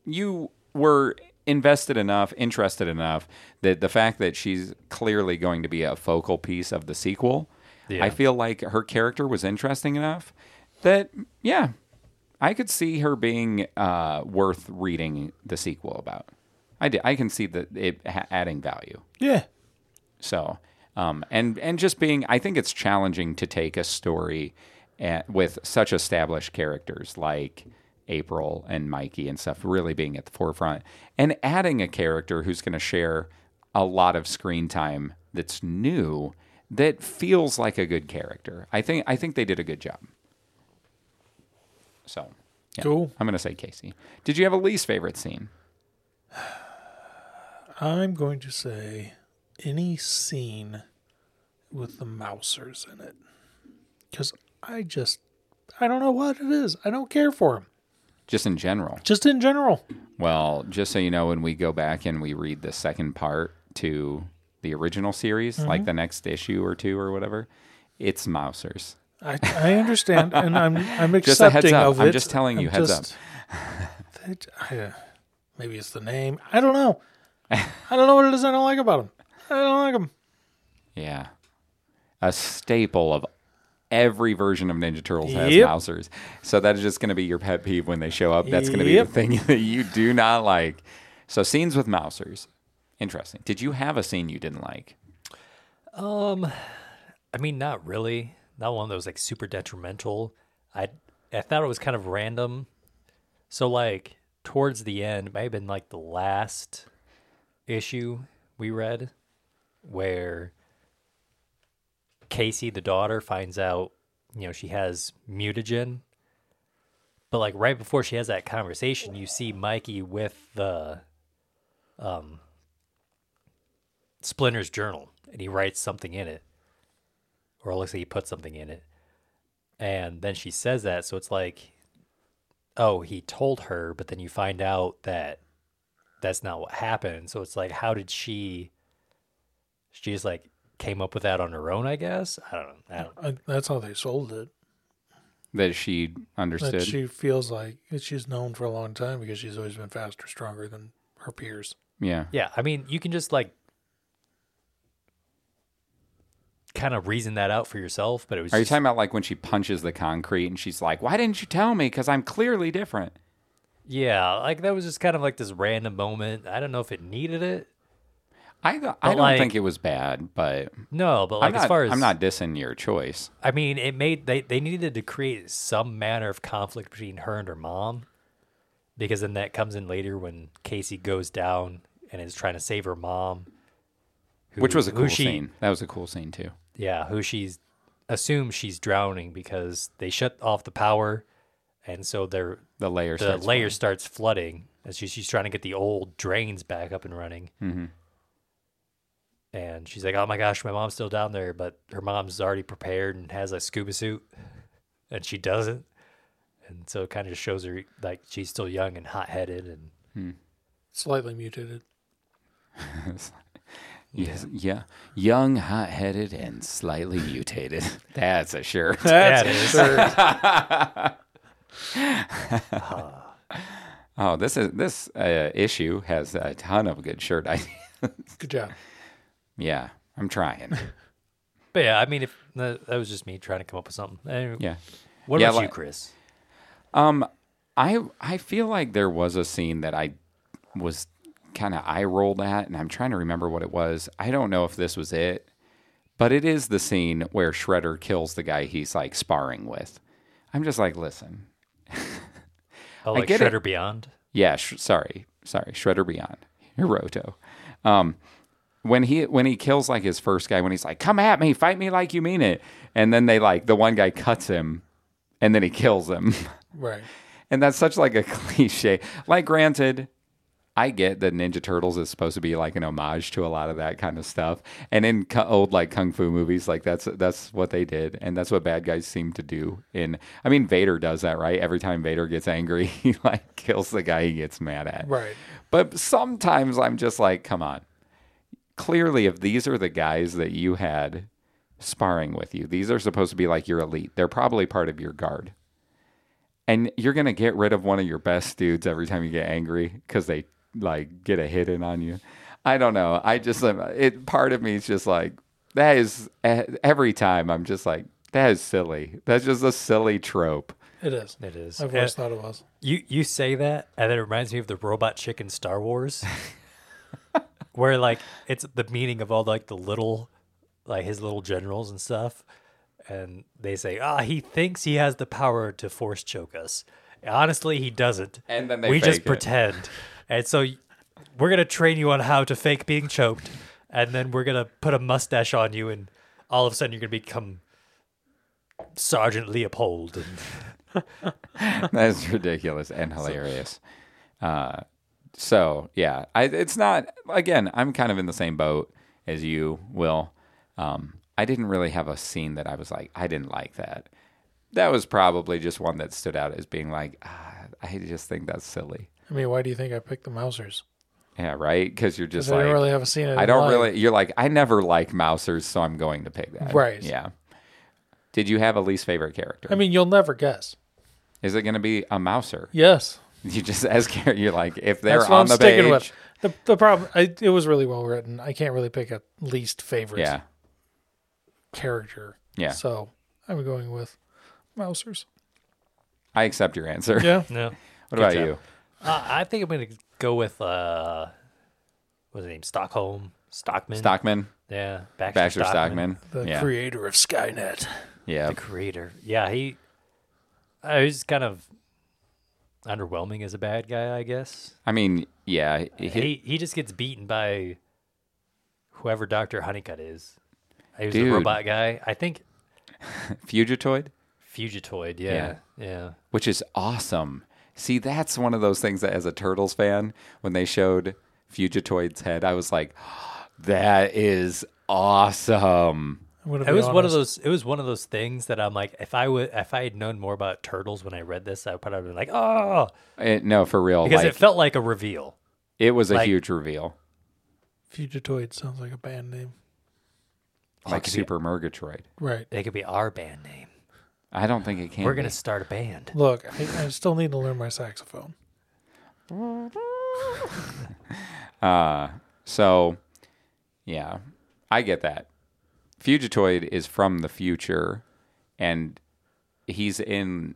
C: you were invested enough, interested enough that the fact that she's clearly going to be a focal piece of the sequel,
B: Yeah.
C: I feel like her character was interesting enough that yeah, I could see her being uh, worth reading the sequel about. I did, I can see that it ha- adding value.
A: Yeah.
C: So, um, and and just being, I think it's challenging to take a story at, with such established characters like April and Mikey and stuff really being at the forefront, and adding a character who's going to share a lot of screen time that's new that feels like a good character. I think I think they did a good job. So, yeah,
A: Cool.
C: I'm going to say Casey. Did you have a least favorite scene?
A: I'm going to say any scene with the mousers in it. Because I just, I don't know what it is. I don't care for them.
C: Just in general.
A: Just in general.
C: Well, just so you know, when we go back and we read the second part to the original series,
A: Mm-hmm.
C: like the next issue or two or whatever, it's Mousers.
A: I, I understand, and I'm I'm accepting
C: Just a heads up.
A: of it.
C: I'm just telling you, heads up.
A: up. uh, maybe it's the name. I don't know. I don't know what it is I don't like about them. I don't like them.
C: Yeah. A staple of every version of Ninja Turtles has
A: Yep.
C: Mousers. So that is just going to be your pet peeve when they show up. That's going to be
A: Yep.
C: the thing that you do not like. So scenes with Mousers. Interesting. Did you have a scene you didn't like?
B: Um, I mean, not really. Not one that was like super detrimental. I I thought it was kind of random. So like towards the end, it might have been like the last issue we read, where Casey, the daughter, finds out you know she has mutagen. But like right before she has that conversation, you see Mikey with the um, Splinter's journal and he writes something in it, or it looks like he put something in it. And then she says that, so it's like, oh, he told her, but then you find out that that's not what happened. So it's like, how did she? She's like, came up with that on her own, I guess. I don't know. I don't
A: I, that's how they sold it.
C: that she understood.
A: That she feels like that she's known for a long time because she's always been faster, stronger than her peers.
C: yeah.
B: Yeah, I mean, you can just like kind of reason that out for yourself, but it was
C: Are you
B: just-
C: talking about like when she punches the concrete and she's like, "Why didn't you tell me? Because I'm clearly different."
B: yeah, like that was just kind of like this random moment. I don't know if it needed it.
C: I th- I
B: But,
C: don't
B: like-
C: think it was bad, but
B: No, but like
C: I'm not,
B: as far as
C: I'm not dissing your choice.
B: I mean, it made they they needed to create some manner of conflict between her and her mom, because then that comes in later when Casey goes down and is trying to save her mom, who-
C: Which was a
B: who
C: cool
B: she-
C: scene. That was a cool scene too.
B: Yeah, who she's assumes she's drowning because they shut off the power, and so they're
C: The layer.
B: the
C: starts-
B: layer starts flooding and she, she's trying to get the old drains back up and running
C: Mm-hmm.
B: and she's like oh my gosh my mom's still down there but her mom's already prepared and has a scuba suit and she doesn't and so it kind of just shows her like she's still young and hot-headed and
A: Slightly mutated.
C: Yes, yeah. Young, hot-headed, and slightly mutated. That's a shirt.
B: That
A: That's
B: is-
A: absurd.
C: Oh, this is this uh, issue has a ton of good shirt ideas.
A: Good job.
C: yeah, I'm trying.
B: but yeah i mean if that, that was just me trying to come up with something Anyway,
C: Yeah.
B: what
C: Yeah,
B: about
C: like-
B: you chris
C: Um, I I feel like there was a scene that I was kind of eye rolled at, and I'm trying to remember what it was. I don't know if this was it, but it is the scene where Shredder kills the guy he's like sparring with. I'm just like, listen,
B: oh like
C: get it.
B: shredder beyond
C: yeah, sh- sorry, sorry, Shredder Beyond, Hiroto. Um, when he when he kills like his first guy, when he's like, "Come at me, fight me like you mean it," and then they like the one guy cuts him, and then he kills him.
A: Right.
C: And that's such like a cliche. Like, granted, I get that Ninja Turtles is supposed to be like an homage to a lot of that kind of stuff, and in cu- old like kung fu movies, like that's that's what they did, and that's what bad guys seem to do. In I mean, Vader does that, right? Every time Vader gets angry, he like kills the guy he gets mad at.
A: Right.
C: But sometimes I'm just like, come on. Clearly, if these are the guys that you had sparring with you, these are supposed to be like your elite. They're probably part of your guard. And you're going to get rid of one of your best dudes every time you get angry because they like get a hit in on you. I don't know. I just, um, it part of me is just like, that is e, every time I'm just like, that is silly. That's just a silly trope.
A: It is.
B: it is
A: I've
B: And-
A: always thought it was.
B: Eh, You you say that, and it reminds me of the robot chick in Star Wars, where like it's the meaning of all like the little, like his little generals and stuff, and they say, ah, he thinks he has the power to force choke us. Honestly, he doesn't.
C: And then they
B: we just
C: fake it.
B: pretend, and so y- we're gonna train you on how to fake being choked, and then we're gonna put a mustache on you, and all of a sudden you're gonna become Sergeant Leopold. And,
C: That's ridiculous and hilarious. Uh, so yeah, I, it's not. Again, I'm kind of in the same boat as you, Will. Um, I didn't really have a scene that I was like, I didn't like that. That was probably just one that stood out as being like, ah, I just think that's silly.
A: I mean, why do you think I picked the Mousers?
C: Yeah, right? Because you're just
A: Because
C: like,
A: I don't really haven't seen it.
C: I
A: in
C: don't
A: life.
C: really. You're like, I never like Mousers, so I'm going to pick that.
A: Right.
C: Yeah. Did you have a least favorite character?
A: I mean, you'll never guess.
C: Is it going to be a Mouser?
A: Yes.
C: You just as Gary, you're like, if they're
A: That's what
C: on
A: I'm
C: the
A: sticking
C: page,
A: with. The, the problem, I, it was really well written. I can't really pick a least favorite
C: yeah,
A: character.
C: Yeah.
A: So I'm going with Mousers.
C: I accept your answer.
A: Yeah.
B: no.
C: What about
B: job.
C: you?
B: Uh, I think I'm gonna go with uh, what's his name? Stockholm Stockman.
C: Stockman,
B: Yeah, Baxter,
C: Baxter Stockman.
A: The
C: yeah,
A: creator of Skynet.
C: yeah.
B: the creator. Yeah, he. Uh, he's kind of underwhelming as a bad guy, I guess.
C: I mean, yeah. he-
B: He he just gets beaten by whoever Doctor Honeycutt is. He was the
C: Dude.
B: robot guy. I think
C: Fugitoid,
B: Fugitoid. Yeah, yeah.
C: which is awesome. See, that's one of those things that, as a Turtles fan, when they showed Fugitoid's head, I was like, that is awesome.
A: I'm gonna
B: It
A: be
B: was one of
A: honest.
B: those. It was one of those things that I'm like, if I would, if I had known more about turtles when I read this, I would probably been like, oh,
C: It- no, for real.
B: because
C: like,
B: it felt like a reveal.
C: it was a
B: like-
C: huge reveal.
A: Fugitoid sounds like a band name.
C: like
B: could be-
C: Super Murgatroyd.
A: Right.
B: They could be our band name.
C: I don't think it can.
B: We're gonna
C: be.
B: start a band.
A: Look, I, I still need to learn my saxophone.
C: So, yeah, I get that. Fugitoid is from the future, and he's in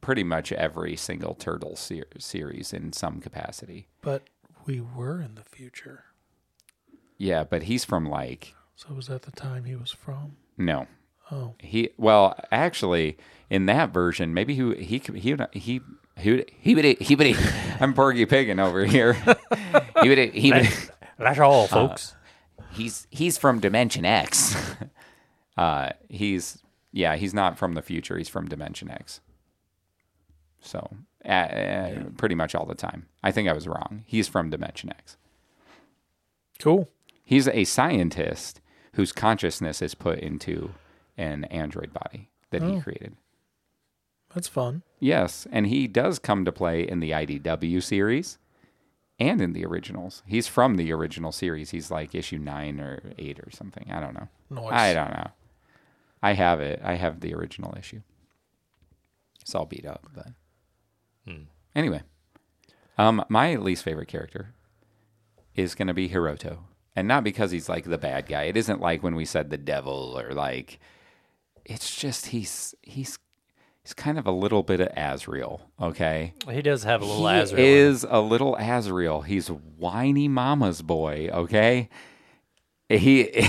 C: pretty much every single Turtle ser- series in some capacity.
A: But we were in the future.
C: Yeah, but he's from like
A: So was that the time he was from?
C: no.
A: Oh.
C: He well, actually, in that version, maybe he he could- he would- he. He would, he would, he would, I'm Porgy Piggin over here. he would, he would,
B: That's
C: Uh,
B: all, folks.
C: he's he's from Dimension X. uh, he's yeah, he's not from the future. He's from Dimension X. So uh, uh, pretty much all the time. I think I was wrong. He's from Dimension X.
A: Cool.
C: He's a scientist whose consciousness is put into an android body that he created.
A: That's fun.
C: Yes, and he does come to play in the IDW series and in the originals. He's from the original series. He's like issue 9 or 8 or something. I don't know.
A: Noise.
C: I don't know. I have it. I have the original issue. It's all beat up, but anyway. Um, my least favorite character is gonna be Hiroto. And not because he's like the bad guy. It isn't like when we said the devil or like it's just he's he's he's kind of a little bit of Asriel, okay?
B: He does have a little
C: he
B: Lazarus.
C: is a little Azrael. He's whiny mama's boy, okay? He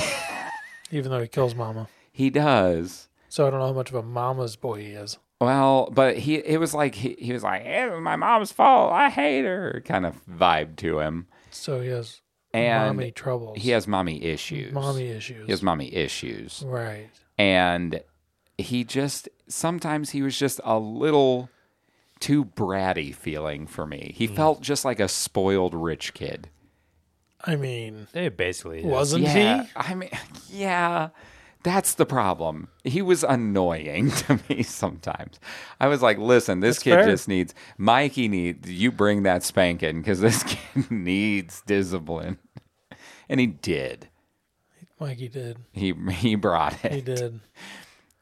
A: Even though he kills mama.
C: he does.
A: So I don't know how much of a mama's boy he is.
C: Well, but he it was like he, he was like it was my mom's fault. I hate her kind of vibe to him,
A: So he has
C: and
A: mommy troubles.
C: he has mommy issues.
A: mommy issues.
C: he has mommy issues,
A: right.
C: and he just sometimes he was just a little too bratty feeling for me.
A: Mm.
C: He felt just like a spoiled rich kid.
A: I mean,
B: It basically uh, is.
A: wasn't
C: Yeah,
A: he?
C: I mean, yeah, that's the problem. He was annoying to me sometimes. I was like, listen, this kid
A: fair.
C: just needs Mikey needs you bring that spanking because this kid needs discipline, and he did.
A: Mikey did.
C: He he brought
A: He
C: it.
A: did.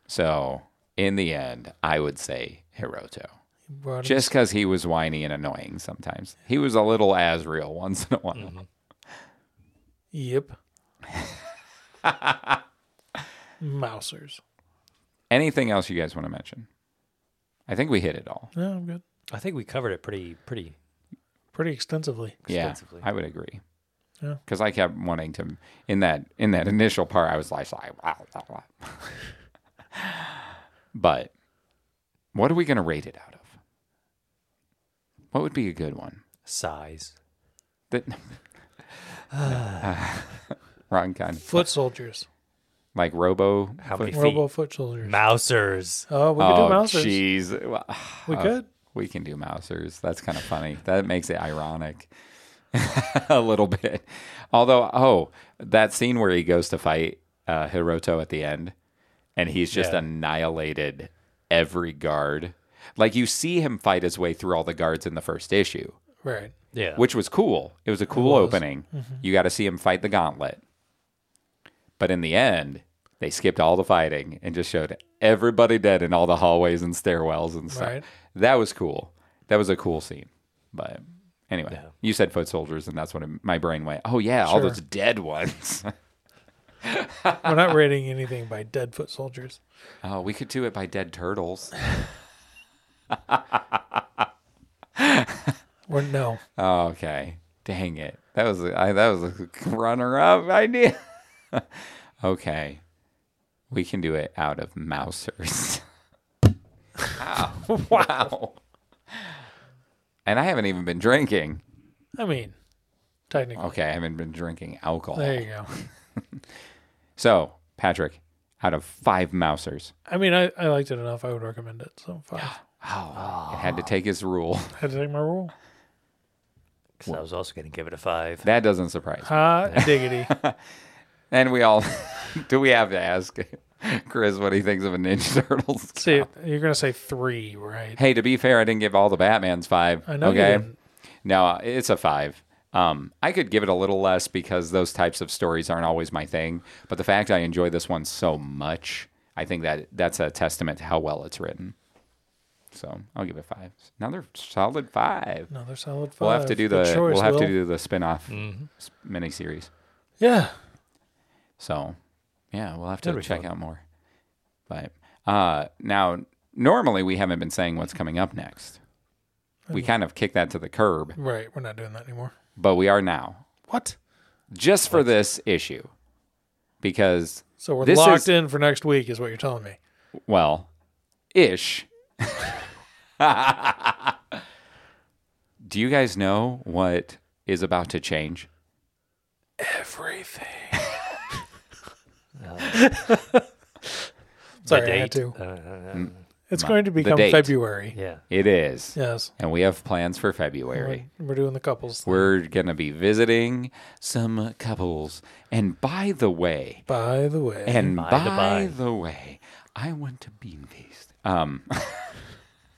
C: So in the end, I would say Hiroto.
A: He brought him
C: Just because he was whiny and annoying sometimes. He was a little Asriel once in a while.
A: Mm-hmm. Yep. Mousers.
C: Anything else you guys want to mention? I think we hit it all.
A: Yeah, I'm good.
B: I think we covered it pretty pretty
A: Pretty extensively.
B: extensively.
C: Yeah, I would agree.
A: Yeah.
C: Because I kept wanting to in that in that initial part, I was like, like, blah, blah, blah. but what are we going to rate it out of? What would be a good one?
B: size.
C: That wrong kind,
A: Foot soldiers.
C: like Robo.
B: How many feet?
A: Robo foot soldiers.
B: Mousers.
A: Oh, we could do
C: Oh,
A: mousers.
C: jeez, Well,
A: We
C: uh,
A: could.
C: We can do mousers. That's kind of funny. That makes it ironic a little bit. Although, oh, that scene where he goes to fight uh, Hiroto at the end and he's just
B: Yeah.
C: annihilated every guard. Like you see him fight his way through all the guards in the first issue,
A: Right.
B: Yeah.
C: which was cool. It was a cool opening. You got to see him fight the gauntlet. But in the end, they skipped all the fighting and just showed everybody dead in all the hallways and stairwells and stuff.
A: Right.
C: That was cool. That was a cool scene. But anyway,
B: Yeah.
C: you said foot soldiers, and that's what it- my brain went. Oh yeah, all
A: Sure.
C: those dead ones.
A: We're not rating anything by dead foot soldiers.
C: oh, we could do it by dead turtles.
A: We're no.
C: Oh, okay. Dang it. That was a, I, that was a runner up idea. okay. We can do it out of mousers. wow. wow. And I haven't even been drinking.
A: I mean, technically.
C: Okay, I haven't been drinking alcohol.
A: There you go.
C: So, Patrick, out of five mousers,
A: I mean, I, I liked it enough. I would recommend it. So five.
C: oh, it had to take his rule.
A: I had to take my rule.
B: 'Cause I was also gonna give it a five.
C: That doesn't surprise me.
A: Hot diggity.
C: And we all do we have to ask Chris what he thinks of a Ninja Turtles?
A: See, you're gonna say three, right?
C: Hey, to be fair, I didn't give all the Batman's five.
A: I know you
C: Okay.
A: didn't.
C: No, it's a five. Um, I could give it a little less because those types of stories aren't always my thing. But the fact I enjoy this one so much, I think that that's a testament to how well it's written. So I'll give it five. Another solid five.
A: Another solid 5
C: We'll have to do the
A: Good choice,
C: we'll have to
A: Will. Mm-hmm.
C: do the spin-off s- miniseries.
A: Yeah.
C: So, yeah, we'll have to
B: That'll be
C: check
B: fun.
C: out more. But uh, now, normally we haven't been saying what's coming up next. We kind of kick that to the curb,
A: Right. We're not doing that anymore.
C: but we are now
A: What?
C: just for this issue because,
A: So we're
C: This
A: locked
C: is-
A: in for next week, is what you're telling me.
C: well, ish. Do you guys know what is about to change?
A: Everything.
B: The
A: Sorry, I had
B: date?
A: to.
B: Uh, uh, uh,
A: It's
C: My-
A: going to
C: the
A: become
C: date.
A: February.
B: yeah.
C: It is.
A: Yes.
C: And we have plans for
A: We're-
C: February.
A: We're, doing the couples.
C: We're going to be visiting some couples. And by the way,
A: By the way.
C: and by,
B: By the by.
C: the way, I went to Bean Feast. Um,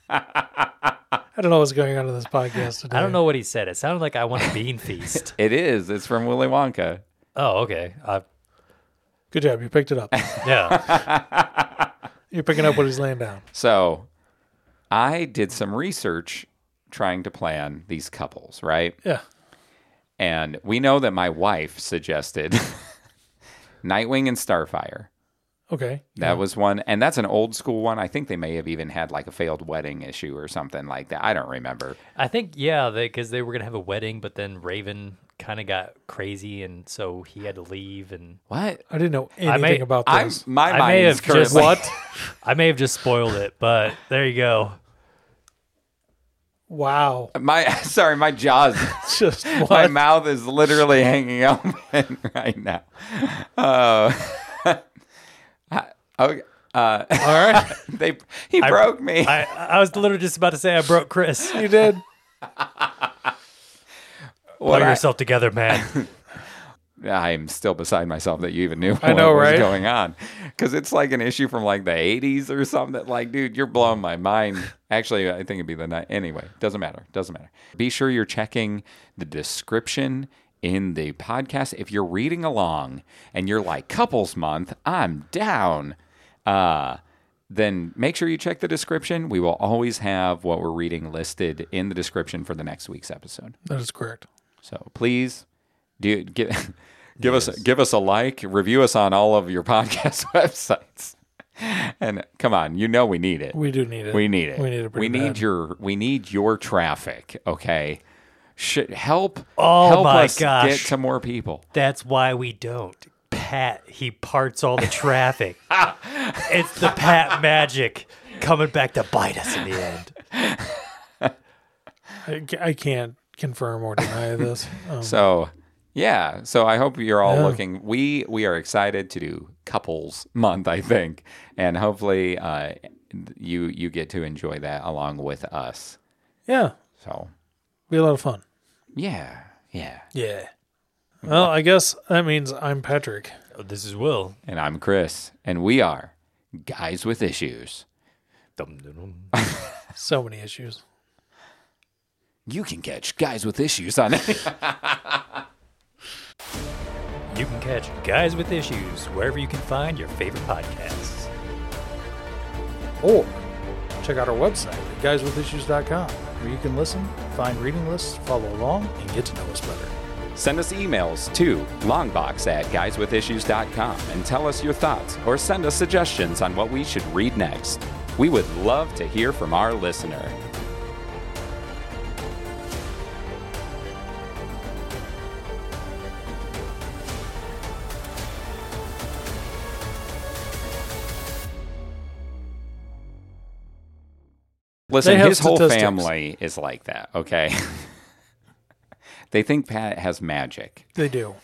A: I don't know what's going on in this podcast today.
B: I don't know what he said. It sounded like I want a bean feast.
C: it is. It's from Willy Wonka.
B: Oh, okay. Uh,
A: Good job. You picked it up.
B: yeah.
A: You're picking up what he's laying down.
C: So I did some research trying to plan these couples, right?
A: Yeah.
C: And we know that my wife suggested Nightwing and Starfire.
A: Okay.
C: That was one, and that's an old school one. I think they may have even had like a failed wedding issue or something like that. I don't remember.
B: I think, yeah, because they, were going to have a wedding, but then Raven kind of got crazy, and so he had to leave. And
C: What?
A: I didn't know anything
B: may-
A: about
C: I'm
A: this.
C: my
B: I
C: mind
B: may
C: is
B: have just
C: currently-
B: I may have just spoiled it, but there you go.
A: wow.
C: my sorry, my jaws
A: It's just what?
C: my mouth is literally hanging open right now. Uh, okay, uh,
A: All right.
C: they he broke me.
B: I, I was literally just about to say I broke Chris.
A: You did.
C: What
B: Pull
C: I,
B: yourself together, man.
C: I'm still beside myself that you even knew
A: I
C: what
A: know,
C: was
A: right?
C: going on because it's like an issue from like the 80s or something. Like, dude, you're blowing my mind. Actually, I think it'd be the night. Anyway, doesn't matter. Doesn't matter. Be sure you're checking the description in the podcast if you're reading along and you're like couples month. I'm down. Uh, then make sure you check the description. We will always have what we're reading listed in the description for the next week's episode.
A: That is correct.
C: So please do give give us give us a like, review us on all of your podcast websites. And come on, you know we need it.
A: We do need it.
C: We need it.
A: We need it.
C: We
A: pretty
C: need
A: bad.
C: your we need your traffic, okay? Should help
B: Oh
C: help
B: my
C: us
B: gosh.
C: get to more people.
B: That's why we don't. Pat, he parts all the traffic. it's the Pat magic coming back to bite us in the end.
A: I, ca- I can't confirm or deny this. Um,
C: So yeah, so I hope you're all
A: Yeah.
C: looking. We we are excited to do couples month, I think, and hopefully uh, you you get to enjoy that along with us.
A: yeah.
C: So
A: Be a lot of fun.
C: Yeah, yeah.
A: Yeah. Well, I guess that means I'm Patrick.
B: This is Will.
C: And I'm Chris, and we are Guys with Issues.
B: Dum, dum, dum.
A: So many issues.
C: You can catch Guys with Issues on any.
B: You can catch Guys with Issues wherever you can find your favorite podcasts.
A: Or check out our website at guyswithissues.com where you can listen, find reading lists, follow along, and get to know us better.
C: send us emails to longbox at guyswithissues.com and tell us your thoughts or send us suggestions on what we should read next. We would love to hear from our listener. Listen,
A: have
C: his whole
A: statistics.
C: family is like that, okay? they think Pat has magic.
A: They do.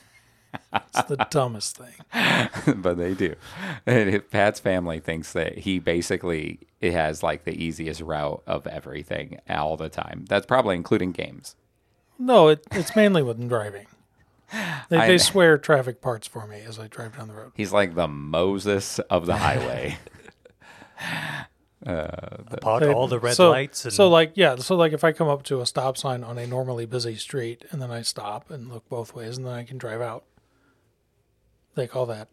A: It's the dumbest thing.
C: but they do. And if Pat's family thinks that he basically has like the easiest route of everything all the time. That's probably including games.
A: No, it, it's mainly with driving. They,
C: I-
A: they swear traffic parts for me as I drive down the road.
C: He's like the Moses of the highway.
B: Upon
A: They-
B: all the red
A: so,
B: lights. And,
A: so like yeah, so like if I come up to a stop sign on a normally busy street and then I stop and look both ways and then I can drive out. They call that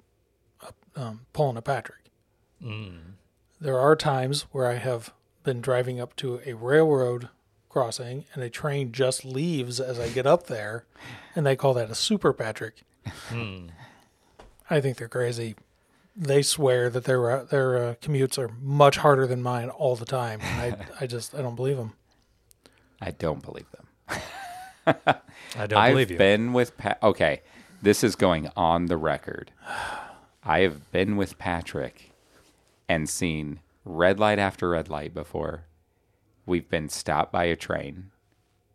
A: um, pulling a Patrick.
B: Mm.
A: There are times where I have been driving up to a railroad crossing and a train just leaves as I get up there, and they call that a super Patrick.
B: Hmm.
A: I think they're crazy. They swear that their uh, their uh, commutes are much harder than mine all the time. And I I just I don't believe them.
C: I don't believe them.
B: I don't
C: I've
B: believe you.
C: been with Pat. Okay, this is going on the record. I have been with Patrick and seen red light after red light before. We've been stopped by a train.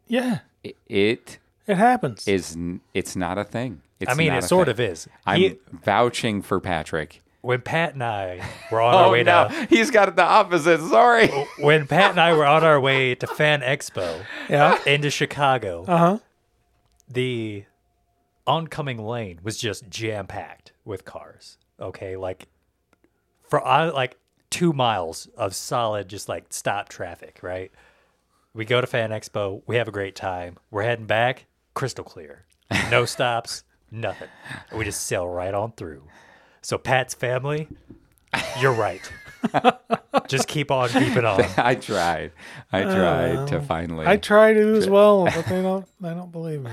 A: Yeah,
C: I- It
A: it happens.
C: is. n- It's not a thing. It's
B: I mean,
C: not
B: it
C: a
B: sort
C: thing.
B: of is.
C: I'm
B: He-
C: vouching for Patrick.
B: when Pat and I were on our way
C: no,
B: to
C: he's got the opposite. Sorry.
B: when Pat and I were on our way to Fan Expo
A: yeah.
B: into Chicago,
A: Uh huh.
B: the oncoming lane was just jam packed with cars. Okay, like for I like two miles of solid, just like stop traffic. Right. We go to Fan Expo. We have a great time. We're heading back. Crystal clear. No stops. Nothing. We just sail right on through. So Pat's family, you're right. just keep on keeping on.
C: I tried. I tried to finally.
A: I try to as well, but they don't. They don't believe me.